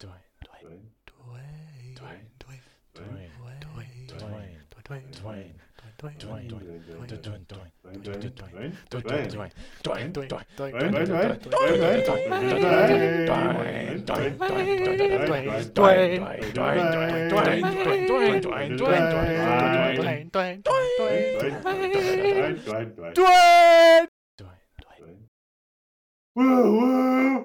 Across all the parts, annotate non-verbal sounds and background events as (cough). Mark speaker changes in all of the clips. Speaker 1: Dwayne.
Speaker 2: Dwayne.
Speaker 3: Dwayne.
Speaker 1: Dwayne.
Speaker 3: Dwayne.
Speaker 2: Dwayne.
Speaker 3: Dwayne.
Speaker 1: Dwayne.
Speaker 3: Dwayne.
Speaker 1: Dwayne.
Speaker 3: Dwayne.
Speaker 1: Dwayne. Dwayne.
Speaker 2: Dwayne. Dwayne.
Speaker 1: Dwayne. Dwayne.
Speaker 2: Dwayne.
Speaker 1: Dwayne. Dwayne. Dwayne. Dwayne. Dwayne.
Speaker 2: Dwayne.
Speaker 3: Dwayne. Dwayne.
Speaker 2: Dwayne. Dwayne. Dwayne. Dwayne. Dwayne. Dwayne.
Speaker 3: Dwayne. Dwayne.
Speaker 2: Dwayne. Dwayne. Dwayne.
Speaker 3: Dwayne.
Speaker 2: Dwayne. Woo woo!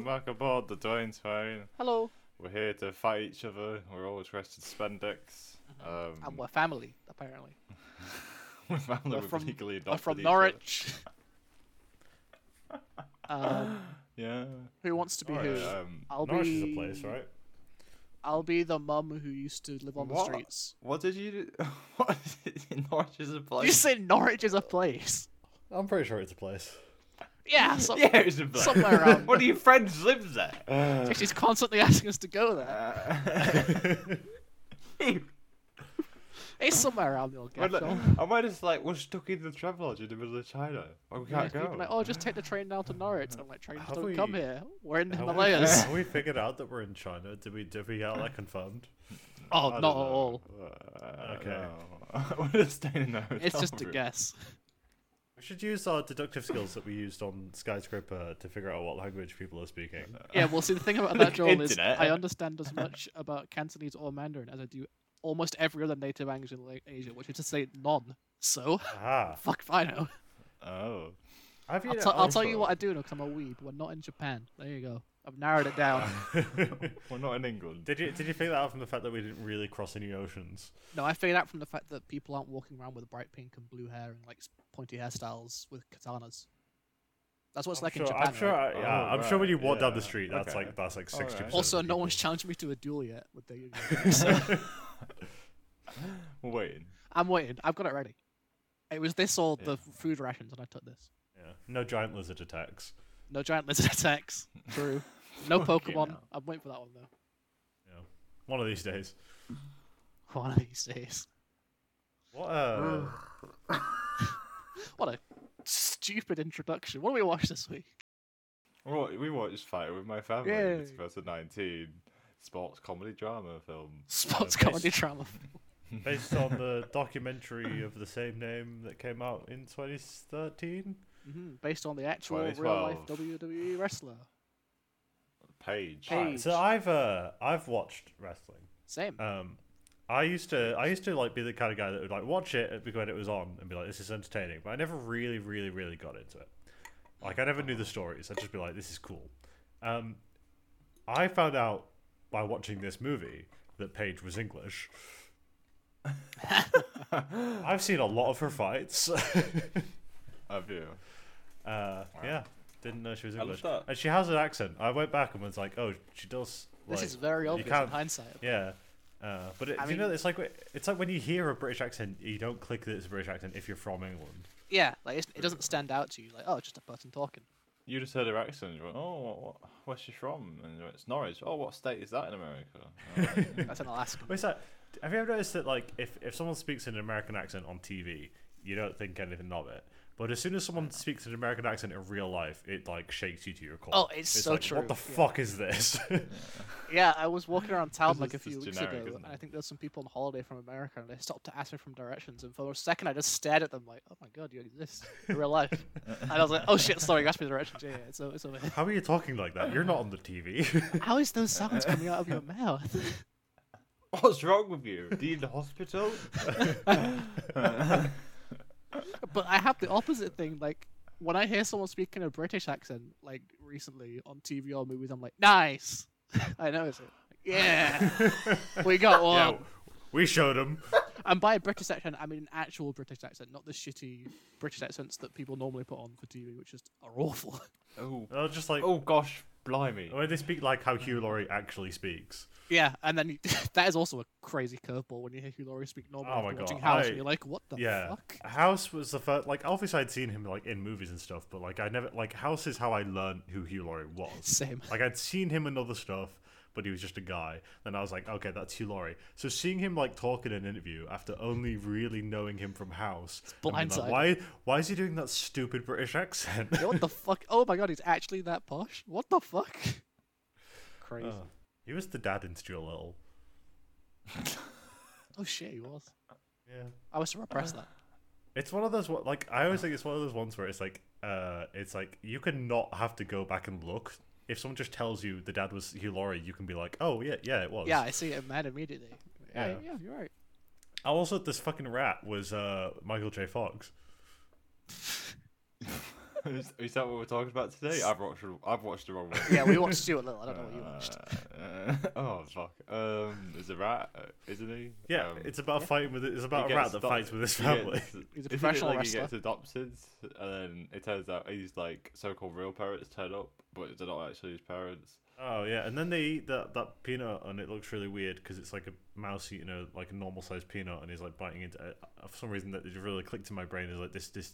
Speaker 4: Welcome back aboard the Dwayne Train.
Speaker 3: Hello.
Speaker 4: We're here to fight each other. We're all dressed in spandex. Um, (laughs)
Speaker 3: And we're family, apparently.
Speaker 4: we're family.
Speaker 3: we're
Speaker 4: We've
Speaker 3: from-
Speaker 4: legally
Speaker 3: We're
Speaker 4: adopted
Speaker 3: from
Speaker 4: each
Speaker 3: Norwich. (laughs) um,
Speaker 4: Other. Yeah.
Speaker 3: who wants to be
Speaker 4: Alright,
Speaker 3: who?
Speaker 4: um,
Speaker 3: I'll
Speaker 5: Norwich
Speaker 3: be
Speaker 5: is a place, right?
Speaker 3: I'll be the mum who used to live on
Speaker 4: What?
Speaker 3: the streets.
Speaker 4: what did you do? (laughs) What did (laughs) Norwich is a
Speaker 3: Did you
Speaker 4: place?
Speaker 3: say Norwich is a place?
Speaker 5: I'm pretty sure it's a place.
Speaker 3: Yeah, so,
Speaker 4: Yeah, it's a place.
Speaker 3: somewhere
Speaker 4: (laughs)
Speaker 3: around.
Speaker 4: One of your friends lives (laughs) there.
Speaker 3: She's constantly asking us to go there. (laughs) It's somewhere around the old
Speaker 4: We're like- (laughs)
Speaker 3: Gashel.
Speaker 4: Am I just like we're stuck in the travelodge in the middle of China? Oh, we
Speaker 3: Yeah,
Speaker 4: can't
Speaker 3: people
Speaker 4: go.
Speaker 3: are like, oh, just take the train down to Norwich. I'm like, trains
Speaker 5: Have
Speaker 3: don't come
Speaker 5: we-
Speaker 3: here. We're in the
Speaker 5: Have we-
Speaker 3: Himalayas.
Speaker 5: Have we figured out that we're in China? Did we did we get that confirmed?
Speaker 4: I
Speaker 3: Oh, not
Speaker 4: don't
Speaker 3: at
Speaker 4: know.
Speaker 3: all.
Speaker 4: Uh,
Speaker 5: Okay.
Speaker 4: no. (laughs) we're just staying in there.
Speaker 3: It's just a guess.
Speaker 5: We should use our deductive skills that we used on Skyscraper to figure out what language people are speaking.
Speaker 3: Yeah, well, see, the thing about that, Joel, is
Speaker 4: Internet.
Speaker 3: I understand as much about Cantonese or Mandarin as I do almost every other native language in like, Asia, which is to say none. So, (laughs)
Speaker 5: (laughs) Ah,
Speaker 3: fuck if I know.
Speaker 4: Oh.
Speaker 5: have you?
Speaker 3: I'll, tell- I'll tell you what I do know, because I'm a weeb. We're not in Japan. There you go. I've narrowed it down.
Speaker 4: We're not in England. (laughs)
Speaker 5: did you did you figure that out from the fact that we didn't really cross any oceans?
Speaker 3: no, I figured out from the fact that people aren't walking around with bright pink and blue hair and like s- pointy hairstyles with katanas. That's what it's
Speaker 5: I'm
Speaker 3: like
Speaker 5: sure,
Speaker 3: in Japan.
Speaker 5: I'm sure.
Speaker 3: right?
Speaker 5: I, yeah,
Speaker 4: Oh,
Speaker 5: I'm sure when you
Speaker 4: right,
Speaker 5: walk down
Speaker 4: yeah,
Speaker 5: the street, that's
Speaker 4: okay.
Speaker 5: like that's like
Speaker 4: All
Speaker 5: sixty.
Speaker 4: right.
Speaker 3: Also, no one's challenged me to a duel yet with their union. so
Speaker 4: We're waiting.
Speaker 3: I'm waiting. I've got it ready. It was this or
Speaker 4: Yeah.
Speaker 3: the f- food rations, and I took this.
Speaker 5: Yeah. No giant lizard attacks.
Speaker 3: No giant lizard (laughs) attacks. True. No
Speaker 4: Fucking
Speaker 3: Pokemon.
Speaker 4: hell.
Speaker 3: I'm waiting for that one though.
Speaker 5: Yeah. One of these days.
Speaker 3: One of these days.
Speaker 5: What?
Speaker 4: (sighs)
Speaker 5: Uh,
Speaker 3: What a stupid introduction. What do we watch this week?
Speaker 4: Well, we watched Fighter with My Family.
Speaker 3: Yay.
Speaker 4: It's 2019 sports comedy drama film.
Speaker 3: Sports
Speaker 5: Uh,
Speaker 3: comedy
Speaker 5: base-
Speaker 3: drama.
Speaker 5: based on the documentary of the same name that came out in 2013.
Speaker 3: hmm based on the actual real life
Speaker 4: 2012.
Speaker 3: WWE wrestler.
Speaker 4: Page.
Speaker 3: Hey.
Speaker 5: Alright, so I've uh, I've watched wrestling.
Speaker 3: Same.
Speaker 5: Um, I used to I used to like be the kind of guy that would like watch it when it was on and be like, this is entertaining. But I never really, really, really got into it. Like I never knew the stories. I'd just be like, this is cool. Um, I found out by watching this movie that Paige was
Speaker 6: (laughs)
Speaker 5: English. I've seen a lot of her fights. (laughs)
Speaker 4: Have you?
Speaker 5: Uh, yeah, didn't know she was
Speaker 6: love
Speaker 5: English.
Speaker 6: that.
Speaker 5: And she has an accent. I went back and was like, oh, she does.
Speaker 3: this
Speaker 5: like,
Speaker 3: is very
Speaker 5: you
Speaker 3: obvious in
Speaker 5: can't-
Speaker 3: hindsight.
Speaker 5: Yeah. Uh, but it,
Speaker 3: I
Speaker 5: do you know,
Speaker 3: mean-
Speaker 5: it's like it's like when you hear a British accent, you don't click that it's a British accent if you're from England.
Speaker 3: Yeah, like it's, it doesn't stand out to you. Like, oh, just a person
Speaker 5: (laughs)
Speaker 3: talking.
Speaker 4: You just heard her accent. You went, oh, what, what, where's she from? And you went, it's Norwich. Oh, what state is that in America? And I was like,
Speaker 3: That's in Alaska.
Speaker 5: But it's like, have you ever noticed that like if, if someone speaks in an American accent on TV, you don't think anything of it. But as soon as someone speaks in an American accent in real life, it like shakes you to your core.
Speaker 3: Oh, it's so
Speaker 5: like,
Speaker 3: true,
Speaker 5: What the
Speaker 3: yeah.
Speaker 5: fuck is this? (laughs)
Speaker 3: Yeah, I was walking around town like a
Speaker 4: it's
Speaker 3: few
Speaker 4: just
Speaker 3: weeks
Speaker 4: generic,
Speaker 3: ago,
Speaker 4: isn't
Speaker 3: and I
Speaker 4: it?
Speaker 3: think there's some people on holiday from America, and they stopped to ask me from directions. And for a second, I just stared at them like, "Oh my god, you exist in real life!"
Speaker 4: (laughs)
Speaker 3: and I was like, "Oh shit, sorry, you asked me directions. Yeah, yeah it's, o- it's over here."
Speaker 5: How are you talking like that? You're not on
Speaker 3: (laughs)
Speaker 5: the TV.
Speaker 3: How is those sounds coming out of your mouth?
Speaker 4: (laughs)
Speaker 3: (laughs)
Speaker 4: What's wrong with you? Do you need the hospital? (laughs)
Speaker 3: but I have the opposite thing. Like when I hear someone speaking a British accent, like recently on TV or movies, I'm like, "Nice, (laughs) I know it." Yeah,
Speaker 4: (laughs)
Speaker 3: we got one.
Speaker 5: yeah, (laughs) we showed him.
Speaker 3: And by a British accent, I mean an actual British accent, not the shitty British accents that people normally put on for TV, which just are awful. (laughs)
Speaker 4: oh,
Speaker 5: They're just like,
Speaker 4: oh gosh, blimey.
Speaker 5: (laughs) Or they speak like how Hugh Laurie actually speaks.
Speaker 3: yeah, and then you, (laughs) that is also a crazy curveball when you hear Hugh Laurie speak normally
Speaker 5: Oh
Speaker 3: after
Speaker 5: my God,
Speaker 3: watching House,
Speaker 5: I-
Speaker 3: and you're like, what the
Speaker 5: yeah,
Speaker 3: fuck?
Speaker 5: House was the first. Like obviously, I'd seen him like in movies and stuff, but like I never like House is how I learned who Hugh Laurie was.
Speaker 3: Same. (laughs)
Speaker 5: Like I'd seen him in other stuff, but he was just a guy. Then I was like, okay, that's Hugh Laurie. So seeing him like talk in an interview after only really knowing him from House, and being
Speaker 3: blindside.
Speaker 5: like, why why is he doing that stupid British accent? (laughs)
Speaker 3: Yeah, what the fuck? (laughs) Oh my god, he's actually that posh? What the fuck? crazy.
Speaker 5: Oh. He was the dad in Stuart Little.
Speaker 3: Oh shit, he was.
Speaker 5: Yeah.
Speaker 3: I was to
Speaker 5: (sighs)
Speaker 3: repress that.
Speaker 5: It's one of those one- like I always think it's one of those ones where it's like uh it's like you can not have to go back and look. If someone just tells you the dad was Hugh Laurie, you can be like, "Oh yeah, yeah, it was."
Speaker 3: Yeah, I see it mad immediately. Yeah,
Speaker 5: Yeah.
Speaker 3: yeah, you're right.
Speaker 5: Oh, Also, this fucking rat was uh Michael J. Fox.
Speaker 4: is, is that what we're talking about today? I've watched I've watched the wrong
Speaker 5: (laughs)
Speaker 4: one.
Speaker 3: Yeah, we watched Stuart Little. I don't know what you
Speaker 5: Uh,
Speaker 3: watched.
Speaker 4: Uh, uh, (laughs) oh fuck! Um, is a rat, uh, isn't he?
Speaker 5: Yeah,
Speaker 4: um,
Speaker 5: it's about fighting with it's
Speaker 4: he
Speaker 5: about a
Speaker 4: gets
Speaker 5: rat that
Speaker 4: adopt-
Speaker 5: fights
Speaker 4: (laughs)
Speaker 5: with his
Speaker 4: he
Speaker 5: family.
Speaker 4: gets-
Speaker 3: He's a
Speaker 4: isn't it
Speaker 3: professional
Speaker 4: like
Speaker 3: wrestler.
Speaker 4: He gets adopted, and then it turns out he's like so-called real parents turn up, but they're not actually his parents. (laughs)
Speaker 5: Oh yeah, and then they eat that, that peanut, and it looks really weird because it's like a mouse eating a like a normal sized peanut, and he's like biting into. it. Uh, For some reason, that it really clicked in my brain. Is like this this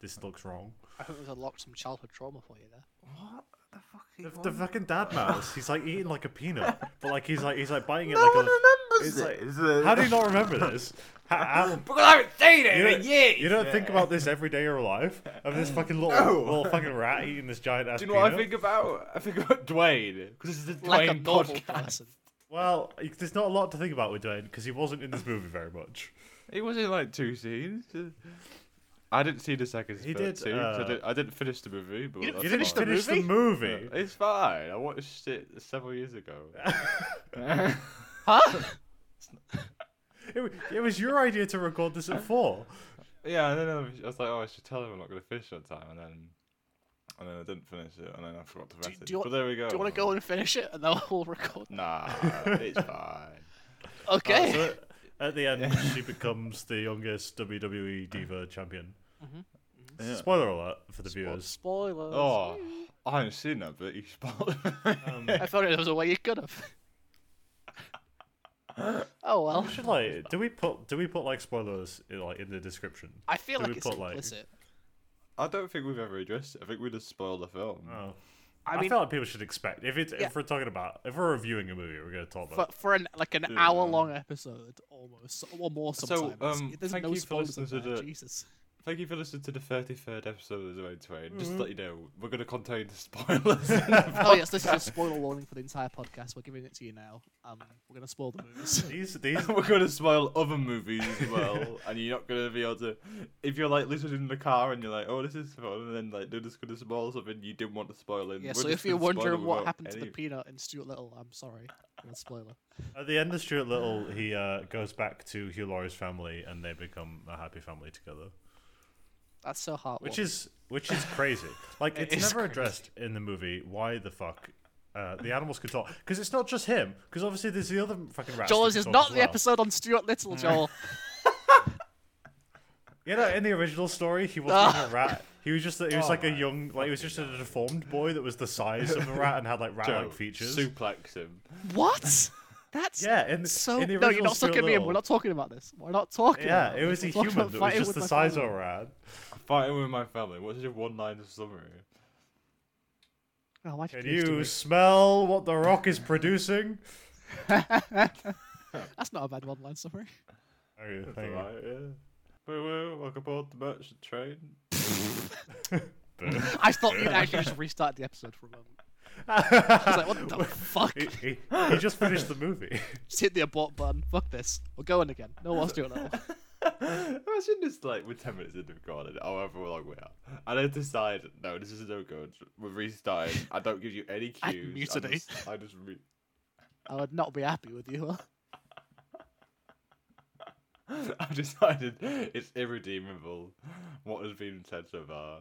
Speaker 5: this looks wrong.
Speaker 3: I think there's unlocked some childhood trauma for you there.
Speaker 4: What the fuck?
Speaker 5: The, the fucking
Speaker 2: (laughs)
Speaker 5: dad mouse. He's like eating like a peanut, but like he's like he's like biting it
Speaker 2: No
Speaker 5: like.
Speaker 2: one
Speaker 5: a,
Speaker 2: remembers
Speaker 5: it's
Speaker 2: this.
Speaker 5: How do you not remember
Speaker 2: (laughs)
Speaker 5: this? How, how,
Speaker 2: Because I haven't seen it
Speaker 5: you,
Speaker 2: in
Speaker 5: don't,
Speaker 2: years.
Speaker 5: you don't think about this every day of your life
Speaker 2: (laughs)
Speaker 5: of this fucking little
Speaker 2: No.
Speaker 5: little fucking rat eating this giant ass
Speaker 4: Do you
Speaker 5: peanut.
Speaker 4: know what I think about? I think about Dwayne because this is the
Speaker 3: Like a
Speaker 4: Dwayne
Speaker 3: normal
Speaker 4: podcast.
Speaker 3: person.
Speaker 5: Well, there's not a lot to think about with Dwayne because he wasn't in this movie very much.
Speaker 4: It was in like two scenes. I didn't see the second.
Speaker 5: He
Speaker 4: He
Speaker 5: did,
Speaker 4: did. Two, 'cause
Speaker 5: uh,
Speaker 4: I, didn't, I didn't finish the movie, but
Speaker 3: You didn't
Speaker 4: that's
Speaker 5: You didn't
Speaker 3: Finish the
Speaker 4: fine.
Speaker 5: finish the movie.
Speaker 4: It's fine. I watched it several years
Speaker 5: (laughs)
Speaker 4: ago.
Speaker 3: Huh?
Speaker 5: It, wa- it was your idea to record this at four.
Speaker 4: Yeah, and then I was- I was like, oh, I should tell him I'm not going to finish on time, and then and then I didn't finish it, and then I forgot to
Speaker 3: Do-
Speaker 4: message.
Speaker 3: do you want-
Speaker 4: but there we go. Uh,
Speaker 3: Do you want to go and finish it and then (laughs) we'll record? (laughs)
Speaker 4: Nah, it's fine.
Speaker 3: Okay.
Speaker 2: (laughs)
Speaker 5: So at the end, she becomes the youngest WWE Diva champion.
Speaker 4: Yeah.
Speaker 5: Spoiler alert for the
Speaker 3: Spo-
Speaker 5: viewers.
Speaker 3: Spoilers.
Speaker 4: Oh, I haven't seen that, but you spoiled (laughs) it.
Speaker 3: (laughs)
Speaker 5: Um,
Speaker 3: I thought it was a way you could have.
Speaker 4: (laughs)
Speaker 3: oh well.
Speaker 5: we should like, do we put do we put like spoilers in, like in the description?
Speaker 3: I feel
Speaker 5: Do
Speaker 3: like
Speaker 5: we
Speaker 3: it's
Speaker 5: put, like-
Speaker 3: implicit.
Speaker 4: I don't think we've ever addressed it. I think we just spoiled the film.
Speaker 5: Oh. I,
Speaker 3: I mean,
Speaker 5: feel like people should expect if it's
Speaker 3: Yeah.
Speaker 5: if we're talking about if we're reviewing a movie, we're going to talk about.
Speaker 3: for, for an like an
Speaker 4: Yeah.
Speaker 3: hour long episode almost, or more
Speaker 4: So,
Speaker 3: sometimes.
Speaker 4: um,
Speaker 3: There's
Speaker 4: thank
Speaker 3: no
Speaker 4: you for
Speaker 3: spoilers in
Speaker 4: listening to
Speaker 3: there,
Speaker 4: the- (laughs)
Speaker 3: Jesus.
Speaker 4: Thank you for listening to the 33rd episode of The Zone Twain.
Speaker 3: Mm-hmm.
Speaker 4: Just to let you know, we're going to contain spoilers. (laughs) in the
Speaker 3: Oh yes, this is a spoiler warning for the entire podcast. We're giving it to you now. Um, we're gonna spoil
Speaker 4: (laughs)
Speaker 3: the movies. (laughs)
Speaker 5: These these
Speaker 4: We're going to spoil other movies as well, and you're not going to be able to. If you're like listening in the car and you're like, "Oh, this is fun," and then like they're just going to spoil something you didn't want to spoil. In
Speaker 3: Yeah,
Speaker 4: we're
Speaker 3: so
Speaker 4: just
Speaker 3: if you're
Speaker 4: gonna spoil
Speaker 3: wondering
Speaker 4: it
Speaker 3: what
Speaker 4: without
Speaker 3: happened to the
Speaker 4: any-
Speaker 3: peanut in Stuart Little, I'm sorry. That's a spoiler.
Speaker 5: at the end of Stuart Little, he uh, goes back to Hugh Laurie's family, and they become a happy family together.
Speaker 3: That's so heartwarming.
Speaker 5: which is which is
Speaker 3: (laughs)
Speaker 5: crazy. Like it's
Speaker 3: is
Speaker 5: never
Speaker 3: crazy.
Speaker 5: addressed in the movie. Why the fuck uh, the animals can talk? Because it's not just him. Because obviously there's the other fucking rats.
Speaker 3: Joel, this
Speaker 5: that can
Speaker 3: is
Speaker 5: talk
Speaker 3: not
Speaker 5: as
Speaker 3: the
Speaker 5: well.
Speaker 3: episode on Stuart Little,
Speaker 5: (laughs)
Speaker 3: Joel.
Speaker 5: You know, in the original story, he wasn't even a
Speaker 3: Ah.
Speaker 5: rat. He was just a- he was like a
Speaker 3: Oh,
Speaker 5: young, like he was just a deformed boy that was the size
Speaker 3: (laughs)
Speaker 5: of a rat and had like
Speaker 4: Joe,
Speaker 5: rat-like features.
Speaker 4: Suplex him.
Speaker 3: what? That's
Speaker 5: Yeah, in the,
Speaker 3: so.
Speaker 5: in
Speaker 3: no,
Speaker 5: the original
Speaker 3: you're not
Speaker 5: Stuart
Speaker 3: sucking me in. We're
Speaker 5: Little-
Speaker 3: not talking about this. We're not talking.
Speaker 5: Yeah,
Speaker 3: about
Speaker 5: it was
Speaker 3: (laughs)
Speaker 5: a
Speaker 3: this. We're talking
Speaker 5: human
Speaker 3: about
Speaker 5: that was
Speaker 3: fighting
Speaker 5: just
Speaker 3: with
Speaker 5: the
Speaker 3: my
Speaker 5: size
Speaker 3: family.
Speaker 5: of a rat.
Speaker 4: Fighting with my family. What's your one line summary?
Speaker 3: Oh, why'd you
Speaker 5: Can
Speaker 3: do this to
Speaker 5: you
Speaker 3: me?
Speaker 5: smell what the rock is (laughs) producing?
Speaker 3: That's not a bad one line summary.
Speaker 5: Hang on,
Speaker 4: That's
Speaker 5: hang on.
Speaker 4: alright, yeah. Woo woo, welcome aboard the merchant train.
Speaker 3: I thought you'd actually just restart the episode for a moment. I was like, what (laughs) the fuck?
Speaker 5: (laughs) He, he, he just finished the movie. (laughs)
Speaker 3: Just hit the abort button. Fuck this. We're going again. No one's doing that.
Speaker 4: Imagine just like we're ten minutes into recording, however long we are, and I decide, no, this is no good. We're restarting. I don't give you any cues.
Speaker 3: I'd
Speaker 4: I
Speaker 3: mutiny.
Speaker 4: just- (laughs) I just re-
Speaker 3: I would not be happy with you.
Speaker 4: I've decided it's irredeemable what has been said so far.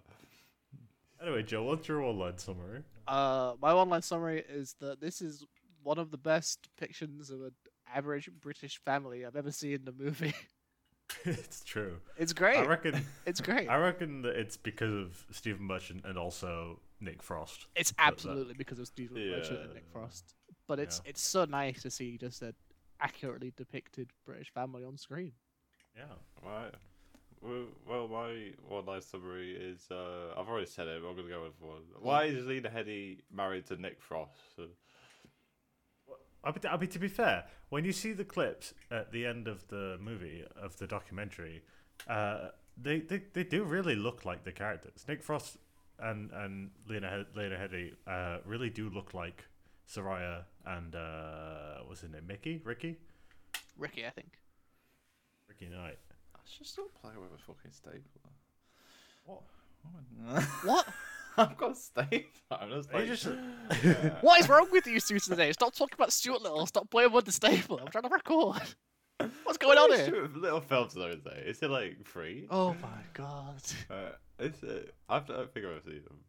Speaker 5: Anyway, Joe, what's your one line summary?
Speaker 3: (laughs) Uh, my one line summary is that this is one of the best depictions of an average British family I've ever seen in a movie.
Speaker 5: (laughs) it's true.
Speaker 3: It's great.
Speaker 5: I reckon.
Speaker 3: (laughs) It's great.
Speaker 5: I reckon that it's because of Stephen Merchant and also Nick Frost.
Speaker 3: It's absolutely because of Stephen Merchant and
Speaker 4: Yeah.
Speaker 3: Nick Frost. But it's
Speaker 5: Yeah.
Speaker 3: it's so nice to see just an accurately depicted British family on screen.
Speaker 5: Yeah.
Speaker 4: Right. Well, well, my one line summary is uh, I've already said it, but I'm going to go with one. Why is Lena Headey married to Nick Frost?
Speaker 5: I mean, I mean, to be fair, when you see the clips at the end of the movie of the documentary, uh, they, they they do really look like the characters. Nick Frost and and Lena Head- Lena Headey uh, really do look like Soraya and uh, what's his name? Mickey, Ricky,
Speaker 3: Ricky, I think.
Speaker 5: Ricky Knight.
Speaker 4: I should still play with a fucking stapler.
Speaker 5: What?
Speaker 3: What?
Speaker 4: (laughs) I've got a stapler. I'm just
Speaker 5: Are
Speaker 4: like,
Speaker 5: you
Speaker 4: (laughs)
Speaker 5: just
Speaker 3: What is wrong with you two today? Stop talking about Stuart Little. Stop playing with the staple. I'm trying to record. What's going on
Speaker 4: What is
Speaker 3: here?
Speaker 4: with Little Phelps though, is it? Is it like free?
Speaker 3: Oh my god.
Speaker 4: Uh, is it? I don't think I've seen them.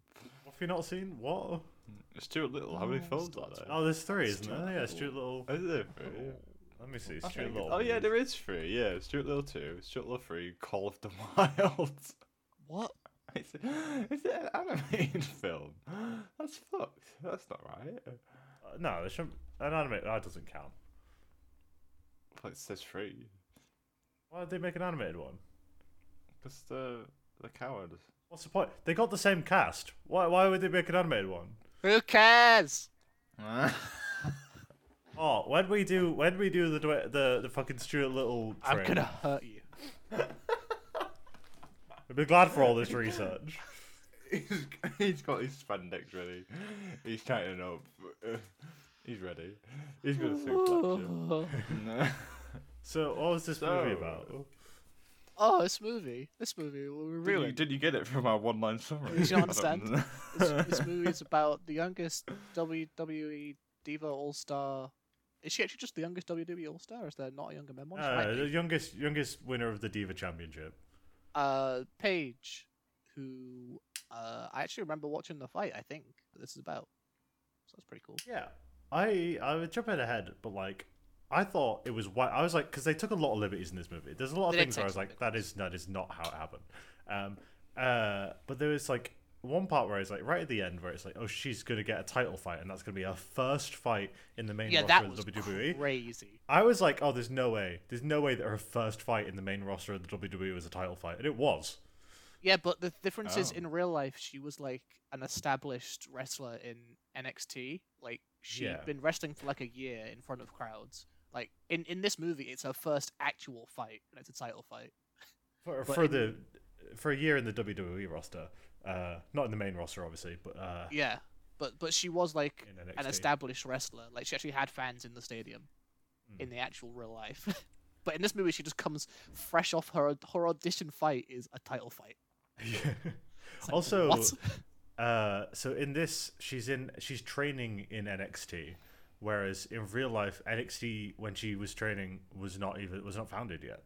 Speaker 5: what have you not seen? What?
Speaker 4: Stuart Little, how many films are there?
Speaker 5: Oh, there's three, isn't
Speaker 4: Stuart
Speaker 5: there? Yeah,
Speaker 4: Little.
Speaker 5: Stuart Little.
Speaker 4: Is there
Speaker 3: Oh,
Speaker 4: three?
Speaker 5: Let me see,
Speaker 4: I
Speaker 5: Stuart
Speaker 4: think-
Speaker 5: Little.
Speaker 4: Oh yeah, there is three. Yeah, Stuart Little two, Stuart Little three, Call of the (laughs) Wild.
Speaker 3: What?
Speaker 4: Is it, is it an animated (laughs) film? That's fucked. That's not right.
Speaker 5: Uh, no, there shouldn't. An anime that doesn't count.
Speaker 4: Well, it says three.
Speaker 5: Why did they make an animated one?
Speaker 4: Because the the
Speaker 3: (laughs)
Speaker 4: coward.
Speaker 5: What's the point? They got the same cast. Why? Why would they make an animated one?
Speaker 3: Who cares?
Speaker 5: Oh, when we do when we do the dwe- the the fucking Stuart Little,
Speaker 3: I'm
Speaker 5: thing,
Speaker 3: gonna hurt you.
Speaker 5: I'd be glad for all
Speaker 3: (laughs)
Speaker 5: this research.
Speaker 4: he's, he's got his spandex ready. He's counting up. (laughs) He's ready. He's gonna sing
Speaker 3: Oh,
Speaker 4: No.
Speaker 5: So, what was this movie
Speaker 4: So-
Speaker 5: about?
Speaker 3: oh, this movie. This movie will be
Speaker 4: Really?
Speaker 3: ruined.
Speaker 4: Did you get it from our one-line summary?
Speaker 3: You
Speaker 4: (laughs)
Speaker 3: don't
Speaker 4: I
Speaker 3: understand.
Speaker 5: (laughs)
Speaker 3: this, this movie is about the youngest WWE Diva All Star. Is she actually just the youngest WWE All Star? Is there not a younger member? She might
Speaker 5: Uh,
Speaker 3: be.
Speaker 5: the youngest youngest winner of the Diva Championship.
Speaker 3: uh, Paige, who uh, I actually remember watching the fight. I think that this is about. So that's pretty cool.
Speaker 5: Yeah, I I would jump ahead, but like I thought it was why I was like because they took a lot of liberties in this movie. There's a lot of
Speaker 3: They did
Speaker 5: things where I
Speaker 3: take
Speaker 5: was
Speaker 3: some
Speaker 5: like, that is that is not how it happened. Um, uh, but there was like one part where it's like right at the end where it's like, oh, she's gonna get a title fight, and that's gonna be her first fight in E. the main
Speaker 3: yeah,
Speaker 5: roster
Speaker 3: that
Speaker 5: of
Speaker 3: was
Speaker 5: the WWE.
Speaker 3: crazy.
Speaker 5: I was like, oh, there's no way, there's no way that her first fight in the main roster of the WWE was a title fight, and it was.
Speaker 3: Yeah, but the difference is
Speaker 4: Oh.
Speaker 3: in real life, she was like an established wrestler in NXT. Like she had
Speaker 5: Yeah.
Speaker 3: been wrestling for like a year in front of crowds. Like in, in this movie, it's her first actual fight, and it's a title fight.
Speaker 5: for,
Speaker 3: But
Speaker 5: for
Speaker 3: in-
Speaker 5: the for a year in the WWE roster, uh, not in the main roster obviously, but
Speaker 4: Ah.
Speaker 5: uh,
Speaker 3: Yeah, but but she was like
Speaker 5: in
Speaker 3: an
Speaker 5: NXT.
Speaker 3: established wrestler. Like she actually had fans in the stadium,
Speaker 4: Hmm.
Speaker 3: in the actual real life. (laughs) but in this movie, she just comes fresh off her her audition fight is a title fight.
Speaker 5: Yeah.
Speaker 3: It's like,
Speaker 5: Also,
Speaker 3: what? (laughs)
Speaker 5: (laughs) uh, so in this, she's in she's training in NXT, whereas in real life, NXT when she was training was not even was not founded yet.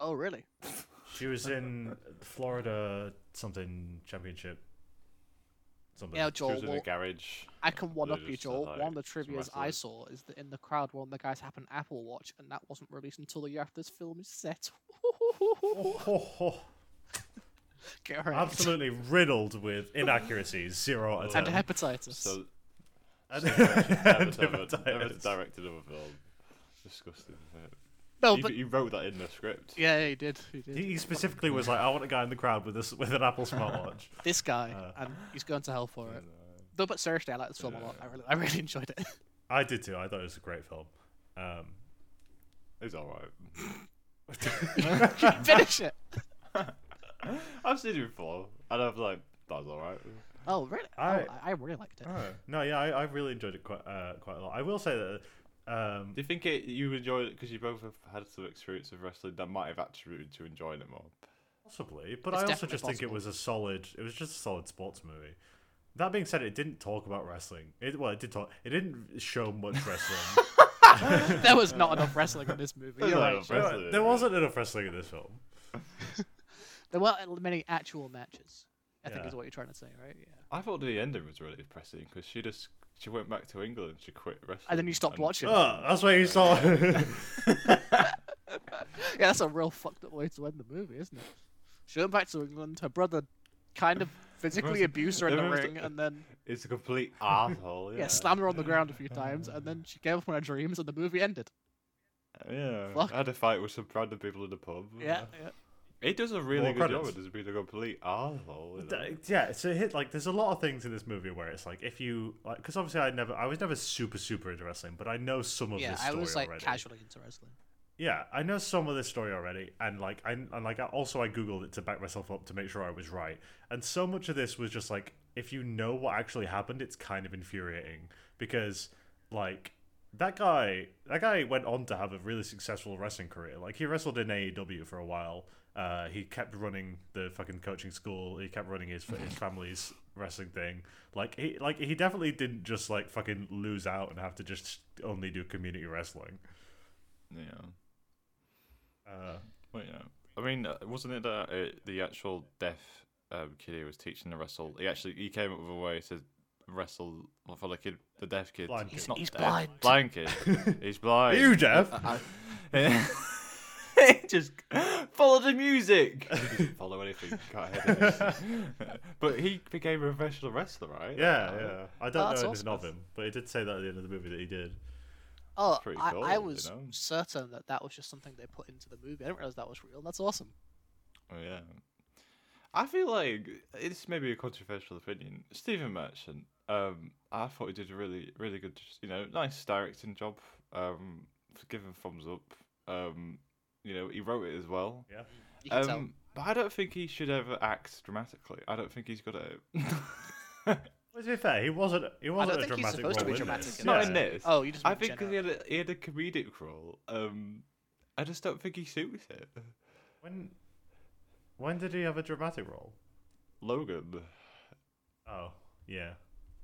Speaker 3: oh really?
Speaker 5: She was in Florida something championship. Something.
Speaker 3: Yeah,
Speaker 4: She
Speaker 3: Joel.
Speaker 4: was in a
Speaker 3: Well,
Speaker 4: garage.
Speaker 3: I can one up you,
Speaker 4: just, uh,
Speaker 3: Joel.
Speaker 4: like,
Speaker 3: one of the
Speaker 4: some
Speaker 3: trivia's I
Speaker 4: wrestlers.
Speaker 3: saw is that in the crowd, one of the guys happened Apple Watch, and that wasn't released until the year after this film is set. (laughs)
Speaker 5: Ho, ho, ho.
Speaker 3: Get her (laughs)
Speaker 5: Absolutely riddled with inaccuracies, zero out of ten.
Speaker 3: And hepatitis.
Speaker 4: So (laughs)
Speaker 5: And-
Speaker 4: never,
Speaker 5: and
Speaker 4: never, never
Speaker 5: hepatitis.
Speaker 4: directed another film. Disgusting. Isn't it?
Speaker 3: no,
Speaker 4: he,
Speaker 3: but
Speaker 4: he wrote that in the script.
Speaker 3: yeah, he did. He did.
Speaker 5: He specifically was like, "I want a guy in the crowd with this with an Apple smartwatch."
Speaker 3: This guy, and he's going to hell for it. No, but seriously, I like this film a lot. I really, I really enjoyed it. (laughs)
Speaker 5: I did too. I thought it was a great film. Um,
Speaker 4: It's alright.
Speaker 3: Finish it.
Speaker 4: I've seen it before, and I've like, that's alright.
Speaker 3: Oh really? I,
Speaker 5: I-
Speaker 3: oh, I I really liked (laughs) it.
Speaker 5: no, yeah, I, I really enjoyed it quite uh, quite a lot. I will say that um,
Speaker 4: Do you think it, you enjoyed it because you both have had some experience with wrestling that might have attributed to enjoying it more?
Speaker 5: possibly, but
Speaker 3: It's
Speaker 5: I also
Speaker 3: definitely
Speaker 5: just think it
Speaker 3: possible.
Speaker 5: was a solid. It was just a solid sports movie. That being said, it didn't talk about wrestling. It well, it did talk. It didn't show much
Speaker 3: (laughs)
Speaker 5: wrestling.
Speaker 3: there was not enough wrestling in this movie.
Speaker 4: There's
Speaker 3: You're
Speaker 4: not
Speaker 3: right.
Speaker 4: enough
Speaker 3: Sean.
Speaker 4: wrestling.
Speaker 5: there wasn't enough wrestling in this film.
Speaker 3: There weren't many actual matches. I think
Speaker 5: Yeah.
Speaker 3: is what you're trying to say, right? Yeah.
Speaker 4: I thought the ending was really depressing because she just she went back to England. She quit wrestling.
Speaker 3: And then you stopped watching.
Speaker 5: Oh, that's where
Speaker 3: (laughs)
Speaker 5: you saw. (laughs)
Speaker 3: Yeah, that's a real fucked up way to end the movie, isn't it? She went back to England. Her brother kind of physically abused her in the
Speaker 4: Everyone's-
Speaker 3: ring, and then
Speaker 4: It's a complete (laughs) asshole. Yeah.
Speaker 3: yeah, slammed her on the ground a few times, and then she gave up on her dreams, and the movie ended.
Speaker 4: Yeah.
Speaker 3: Fuck.
Speaker 4: I had a fight with some random people in the pub.
Speaker 3: Yeah, yeah.
Speaker 4: He does a really
Speaker 5: More
Speaker 4: good
Speaker 5: credits.
Speaker 4: job of just being a complete asshole. you know?
Speaker 5: D- yeah so it hit like there's a lot of things in this movie where it's like if you like because obviously i never i was never super super into wrestling but i know some of
Speaker 3: yeah
Speaker 5: this
Speaker 3: I
Speaker 5: story
Speaker 3: was like
Speaker 5: already
Speaker 3: casually into wrestling.
Speaker 5: yeah i know some of this story already and like I, and like I, also i googled it to back myself up to make sure i was right and so much of this was just like if you know what actually happened, it's kind of infuriating because like that guy that guy went on to have a really successful wrestling career. Like he wrestled in AEW for a while. Uh, he kept running the fucking coaching school. He kept running his his family's wrestling thing. Like he like he definitely didn't just like fucking lose out and have to just only do community wrestling.
Speaker 4: Yeah.
Speaker 5: Uh,
Speaker 4: Well, yeah. I mean, uh, wasn't it that uh, the actual deaf um, kid who was teaching to wrestle? He actually he came up with a way to wrestle for the kid, the deaf kid.
Speaker 5: Blind
Speaker 4: It's
Speaker 5: kid.
Speaker 4: not
Speaker 3: He's
Speaker 4: deaf.
Speaker 3: blind.
Speaker 4: Blind kid. (laughs) he's blind.
Speaker 5: you Jeff.
Speaker 4: (laughs) just follow the music. (laughs) He didn't follow anything. Can't hear anything. (laughs) but he became a professional wrestler, right?
Speaker 5: Yeah, yeah. I don't
Speaker 3: Um, That's
Speaker 5: know anything
Speaker 3: awesome.
Speaker 5: of him, but he did say that at the end of the movie that he did.
Speaker 3: Oh,
Speaker 4: pretty
Speaker 3: I,
Speaker 4: cool,
Speaker 3: I
Speaker 4: you
Speaker 3: was
Speaker 4: know?
Speaker 3: certain that that was just something they put into the movie. I didn't realize that was real. That's awesome.
Speaker 4: Oh, yeah. I feel like it's maybe a controversial opinion. Stephen Merchant, um, I thought he did a really, really good, you know, nice directing job. Um, give him thumbs up. Um, you know, he wrote it as well.
Speaker 5: Yeah.
Speaker 3: You can tell.
Speaker 4: um, but I don't think he should ever act dramatically. I don't think he's got it. (laughs)
Speaker 5: Well, to be fair, he wasn't. He wasn't
Speaker 3: don't
Speaker 5: a
Speaker 3: think he's
Speaker 5: dramatic
Speaker 3: supposed to be
Speaker 5: role in
Speaker 3: dramatic
Speaker 5: this.
Speaker 3: in
Speaker 4: Not
Speaker 5: yeah.
Speaker 4: in this.
Speaker 3: Oh, you just.
Speaker 4: I
Speaker 3: meant
Speaker 4: think because he
Speaker 3: generally.
Speaker 4: had a, he had a comedic role. Um, I just don't think he suits it.
Speaker 5: When, when did he have a dramatic role?
Speaker 4: Logan.
Speaker 5: Oh, yeah.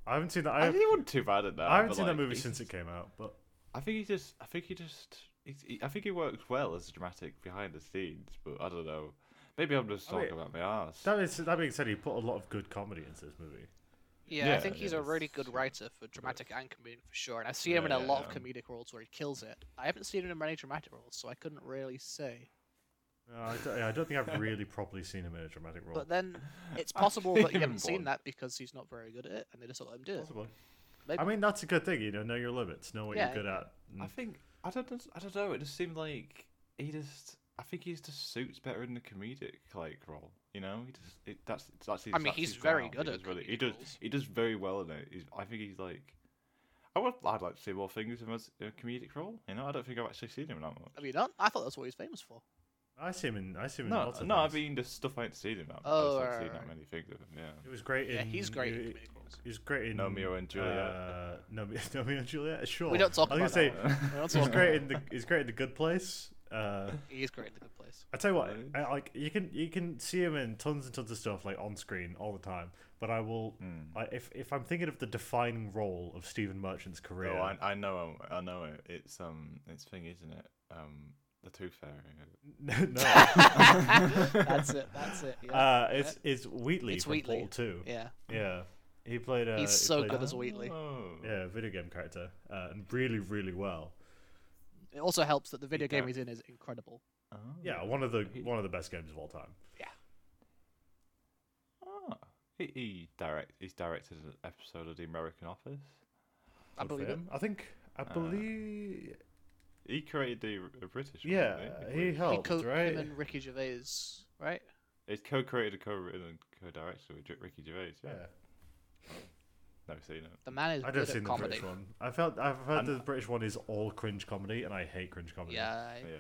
Speaker 5: I haven't seen that.
Speaker 4: I,
Speaker 5: I, have,
Speaker 4: he wasn't too bad at that.
Speaker 5: I haven't
Speaker 4: but,
Speaker 5: seen that
Speaker 4: like,
Speaker 5: movie
Speaker 4: he's-
Speaker 5: since it came out, but
Speaker 4: I think he just. I think he just. He's, he, I think he works well as dramatic behind the scenes, but I don't know. Maybe I'm just
Speaker 5: I mean,
Speaker 4: talking about my ass.
Speaker 5: that, is, that being said, he put a lot of good comedy into this movie.
Speaker 3: Yeah, I
Speaker 4: Yeah,
Speaker 3: think he's a
Speaker 4: it's-
Speaker 3: really good writer for dramatic and comedic for sure. And I've seen him in
Speaker 4: Yeah,
Speaker 3: a lot
Speaker 4: yeah.
Speaker 3: of comedic roles where he kills it. I haven't seen him in many dramatic roles, so I couldn't really say.
Speaker 5: No, I, don't, I don't think I've really properly seen him in a dramatic role.
Speaker 3: But
Speaker 5: (laughs)
Speaker 3: then it's
Speaker 4: I've
Speaker 3: possible that you
Speaker 4: seen
Speaker 3: haven't seen
Speaker 4: one.
Speaker 3: that because he's not very good at it, and they just let him do it.
Speaker 5: Possibly.
Speaker 3: Maybe.
Speaker 5: I mean, that's a good thing, you know. Know your limits. Know what
Speaker 3: Yeah,
Speaker 5: you're good at.
Speaker 4: I
Speaker 3: Mm.
Speaker 5: and-
Speaker 4: think I don't. know- I don't know. It just seemed like he just. I think he just suits better in the comedic like role. You know, he just. It, that's that's. His,
Speaker 3: I mean,
Speaker 4: that's
Speaker 3: he's
Speaker 4: his
Speaker 3: very
Speaker 4: ground.
Speaker 3: good
Speaker 4: he
Speaker 3: at
Speaker 4: does really, He
Speaker 3: comedic
Speaker 4: does.
Speaker 3: roles.
Speaker 4: He does very well in it. He's, I think he's like. I would. I'd like to see more things in his- in a comedic role. You know, I don't think I've actually seen him that much.
Speaker 3: Have you not? I thought that's what he's famous for.
Speaker 5: I see him in. I see him in
Speaker 4: No,
Speaker 5: lots of
Speaker 4: no. I
Speaker 5: things.
Speaker 4: mean, the stuff I ain't seen him. That much.
Speaker 3: Oh,
Speaker 4: I've
Speaker 3: right,
Speaker 4: not seen
Speaker 3: right,
Speaker 4: that
Speaker 3: right.
Speaker 4: many things of him. Yeah.
Speaker 5: It was great in.
Speaker 3: Yeah, he's great in
Speaker 5: he-
Speaker 3: comedic roles.
Speaker 5: He's great in
Speaker 4: Romeo and Juliet.
Speaker 5: Uh, Romeo, (laughs) Romeo and Juliet. Sure.
Speaker 3: We don't talk
Speaker 5: Oh, I was
Speaker 3: about
Speaker 5: gonna
Speaker 3: that
Speaker 5: say
Speaker 3: one. We don't
Speaker 5: he's
Speaker 3: talk
Speaker 5: great in the he's great in the Good Place. Uh,
Speaker 3: He is great in the good
Speaker 5: (laughs)
Speaker 3: place. (laughs)
Speaker 5: I tell you what,
Speaker 4: (laughs) Really?
Speaker 5: I, like you can you can see him in tons and tons of stuff like on screen all the time. But I will
Speaker 4: Mm. Hmm.
Speaker 5: I, if if I'm thinking of the defining role of Stephen Merchant's
Speaker 4: Oh,
Speaker 5: career.
Speaker 4: I, I know. I know it. It's um. It's thing, isn't it? Um. The Tooth Fairy.
Speaker 5: (laughs)
Speaker 4: (laughs)
Speaker 5: no, no.
Speaker 3: That's it. That's it. Yeah.
Speaker 5: uh, it's it's Wheatley
Speaker 3: It's
Speaker 5: from
Speaker 3: Wheatley.
Speaker 5: Portal Two.
Speaker 3: yeah.
Speaker 5: Yeah. he played. Uh,
Speaker 3: He's
Speaker 5: he
Speaker 3: so
Speaker 5: played-
Speaker 3: good as Wheatley.
Speaker 4: Oh.
Speaker 5: Yeah, video game character, uh, and really really well.
Speaker 3: It also helps that the video game
Speaker 4: Yeah.
Speaker 3: he's in is incredible.
Speaker 4: Oh.
Speaker 5: Yeah, one of the one of the best games of all time.
Speaker 4: Ah, he, he direct. He's directed an episode of The American Office.
Speaker 3: I
Speaker 5: Good
Speaker 3: believe
Speaker 5: Oh, for
Speaker 3: him.
Speaker 5: I think I believe.
Speaker 4: He created the uh, British. one,
Speaker 5: yeah,
Speaker 4: didn't
Speaker 5: he
Speaker 4: Which-
Speaker 3: He
Speaker 5: helped,
Speaker 3: co-
Speaker 5: Oh, right?
Speaker 3: Him and Ricky Gervais, right?
Speaker 4: It's co-created, co-written, and co-directed with J- Ricky Gervais. Yeah,
Speaker 5: yeah,
Speaker 4: never seen it.
Speaker 3: The man is
Speaker 5: I
Speaker 3: good
Speaker 5: don't
Speaker 3: at
Speaker 5: see the
Speaker 3: comedy.
Speaker 5: British one. I felt I've heard the British one is all cringe comedy, and I hate cringe comedy.
Speaker 3: Yeah. I-
Speaker 4: Yeah.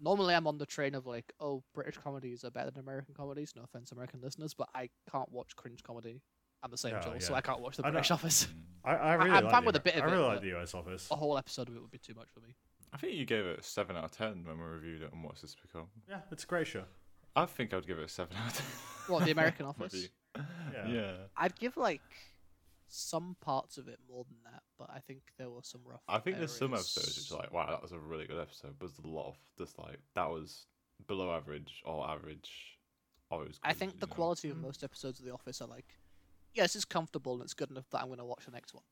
Speaker 3: Normally, I'm on the train of like, oh, British comedies are better than American comedies. No offense, American listeners, but I can't watch cringe comedy. I'm the same,
Speaker 5: No,
Speaker 3: Joel, so
Speaker 5: yeah.
Speaker 3: I can't watch The
Speaker 5: I know.
Speaker 3: British Office. (laughs)
Speaker 5: I, I really
Speaker 3: I'm
Speaker 5: like
Speaker 3: fine
Speaker 5: the
Speaker 3: with a
Speaker 5: Ameri-
Speaker 3: bit of
Speaker 5: I
Speaker 3: it,
Speaker 5: really
Speaker 3: but- Oh.
Speaker 5: like the US Office.
Speaker 3: A whole episode of it would be too much for me.
Speaker 4: I think you gave it a seven out of ten when we reviewed it on What's This Become.
Speaker 5: Yeah, it's a great show.
Speaker 4: I think I'd give it a seven out of ten.
Speaker 3: What,
Speaker 4: (laughs)
Speaker 3: The American
Speaker 4: Might
Speaker 3: Office?
Speaker 4: be.
Speaker 5: Yeah.
Speaker 4: yeah.
Speaker 3: I'd give like some parts of it more than that, but I think there were some rough.
Speaker 4: I think there's some episodes
Speaker 3: areas.
Speaker 4: which are like, wow, that was a really good episode, but there's a lot of just like that was below average or average. Or it was
Speaker 3: I
Speaker 4: good,
Speaker 3: think the
Speaker 4: you know?
Speaker 3: quality of most episodes of The Office are like, yeah, this is comfortable and it's good enough that I'm going to watch the next one.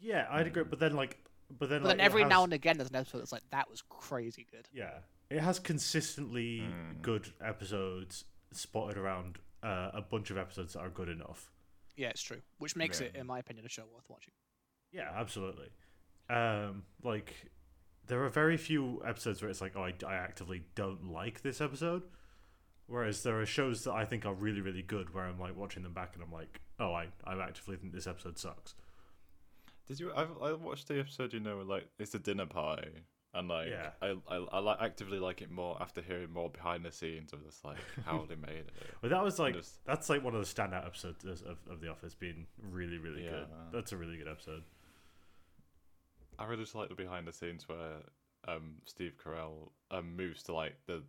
Speaker 5: Yeah, I'd agree, but then like, but then
Speaker 3: Mm. But
Speaker 5: like,
Speaker 3: then every
Speaker 5: it has,
Speaker 3: now and again, there's an episode that's like, that was crazy good.
Speaker 5: yeah, it has consistently good episodes spotted around uh, a bunch of episodes that are good enough.
Speaker 3: Yeah, it's true. Which makes it,
Speaker 4: Yeah.
Speaker 3: in my opinion, a show worth watching.
Speaker 5: Yeah, absolutely. Um, like, there are very few episodes where it's like, oh, I, I actively don't like this episode. Whereas there are shows that I think are really, really good where I'm like watching them back and I'm like, oh, I, I actively think this episode sucks.
Speaker 4: Did you? I've, I watched the episode. You know, where, like it's a dinner party, and like
Speaker 5: Yeah.
Speaker 4: I, I I like actively like it more after hearing more behind the scenes of this
Speaker 5: (laughs)
Speaker 4: like how they made it.
Speaker 5: But that was like
Speaker 4: Just-
Speaker 5: that's like one of the standout episodes of, of, of The Office, being really really good.
Speaker 4: Yeah.
Speaker 5: That's a really good episode.
Speaker 4: I really just like the behind the scenes where um Steve Carell um moves to like the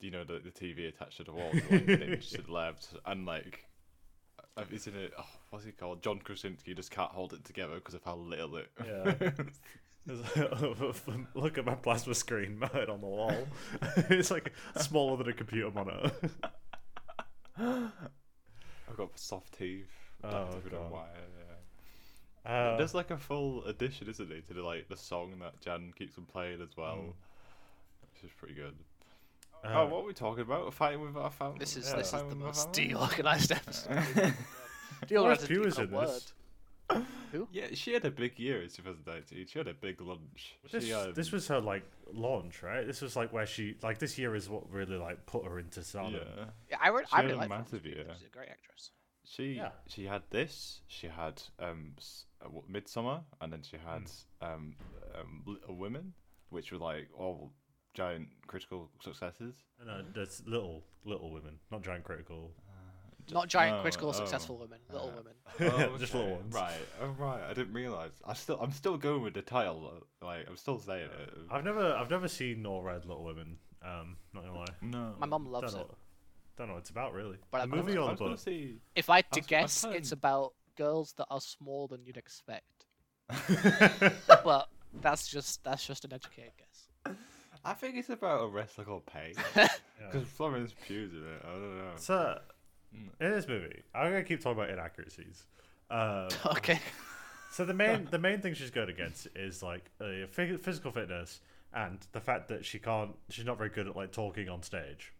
Speaker 4: you know the, the TV attached to the wall, to, like, an inch
Speaker 5: (laughs)
Speaker 4: to the left, and like uh, isn't it? Oh, what's he called? John Krasinski just can't hold it together because of how little it.
Speaker 5: Yeah. (laughs) Look at my plasma screen (laughs) mounted on the wall. it's like smaller than a computer
Speaker 4: (laughs)
Speaker 5: monitor.
Speaker 4: (laughs) I've got soft teeth.
Speaker 5: Oh,
Speaker 4: don't know if you know
Speaker 5: God.
Speaker 4: why, yeah.
Speaker 5: Uh,
Speaker 4: There's like a full addition, isn't it, to the, like the song that Jan keeps on playing as well, which is pretty good.
Speaker 5: uh,
Speaker 4: oh, what are we talking about? Fighting with our family.
Speaker 3: This is
Speaker 5: Yeah.
Speaker 3: this is
Speaker 4: Fighting
Speaker 3: the
Speaker 4: with our
Speaker 3: most
Speaker 4: family?
Speaker 3: (laughs) deorganized episode. Deorganized
Speaker 5: Pugh
Speaker 3: is
Speaker 5: is
Speaker 3: a
Speaker 5: in
Speaker 3: word.
Speaker 5: this.
Speaker 4: Yeah, she had a big year in 2019. She had a big lunch.
Speaker 5: This,
Speaker 4: she, um,
Speaker 5: this was her like launch, right? This was like where she like this year is what really like put her into stardom.
Speaker 4: yeah.
Speaker 3: Yeah, I would.
Speaker 4: She
Speaker 3: I
Speaker 4: had
Speaker 3: really
Speaker 4: a
Speaker 3: like
Speaker 4: massive
Speaker 3: Florence Pugh.
Speaker 4: year.
Speaker 3: She's a great actress.
Speaker 4: She
Speaker 5: Yeah.
Speaker 4: she had this. She had um s- uh, what, Midsummer, and then she had
Speaker 5: Hmm.
Speaker 4: um, um Little Women, which were like all giant critical successes.
Speaker 5: No, that's uh, little little women, not giant critical.
Speaker 3: Not giant
Speaker 4: oh,
Speaker 3: critical
Speaker 4: oh.
Speaker 3: successful women, little women.
Speaker 4: (laughs)
Speaker 5: Just little
Speaker 4: okay,
Speaker 5: ones.
Speaker 4: Right. Oh, right. I didn't realize. I still I'm still going with the title. though, Like I'm still saying it.
Speaker 5: I've never I've never seen nor read Little Women. Um, not gonna lie,
Speaker 4: no.
Speaker 3: My mum
Speaker 5: don't
Speaker 3: loves
Speaker 5: know,
Speaker 3: it.
Speaker 5: don't know what it's about really.
Speaker 3: But
Speaker 5: But a
Speaker 3: I'm- I'm-
Speaker 5: movie
Speaker 4: I
Speaker 5: or a
Speaker 4: was gonna
Speaker 5: book?
Speaker 4: see.
Speaker 3: If I had
Speaker 4: I've-
Speaker 3: to
Speaker 4: I've
Speaker 3: guess,
Speaker 4: heard-
Speaker 3: it's about girls that are smaller than you'd expect. but that's just that's just an educated guess.
Speaker 4: I think it's about a wrestler called (laughs) Paige.
Speaker 5: Yeah.
Speaker 4: Because Florence Pugh's in it. I don't know.
Speaker 5: So
Speaker 4: Mm.
Speaker 5: in this movie, I'm gonna keep talking about inaccuracies. Uh,
Speaker 3: Okay.
Speaker 5: so the main the main thing she's going against is like uh, phy- physical fitness and the fact that she can't she's not very good at like talking on stage,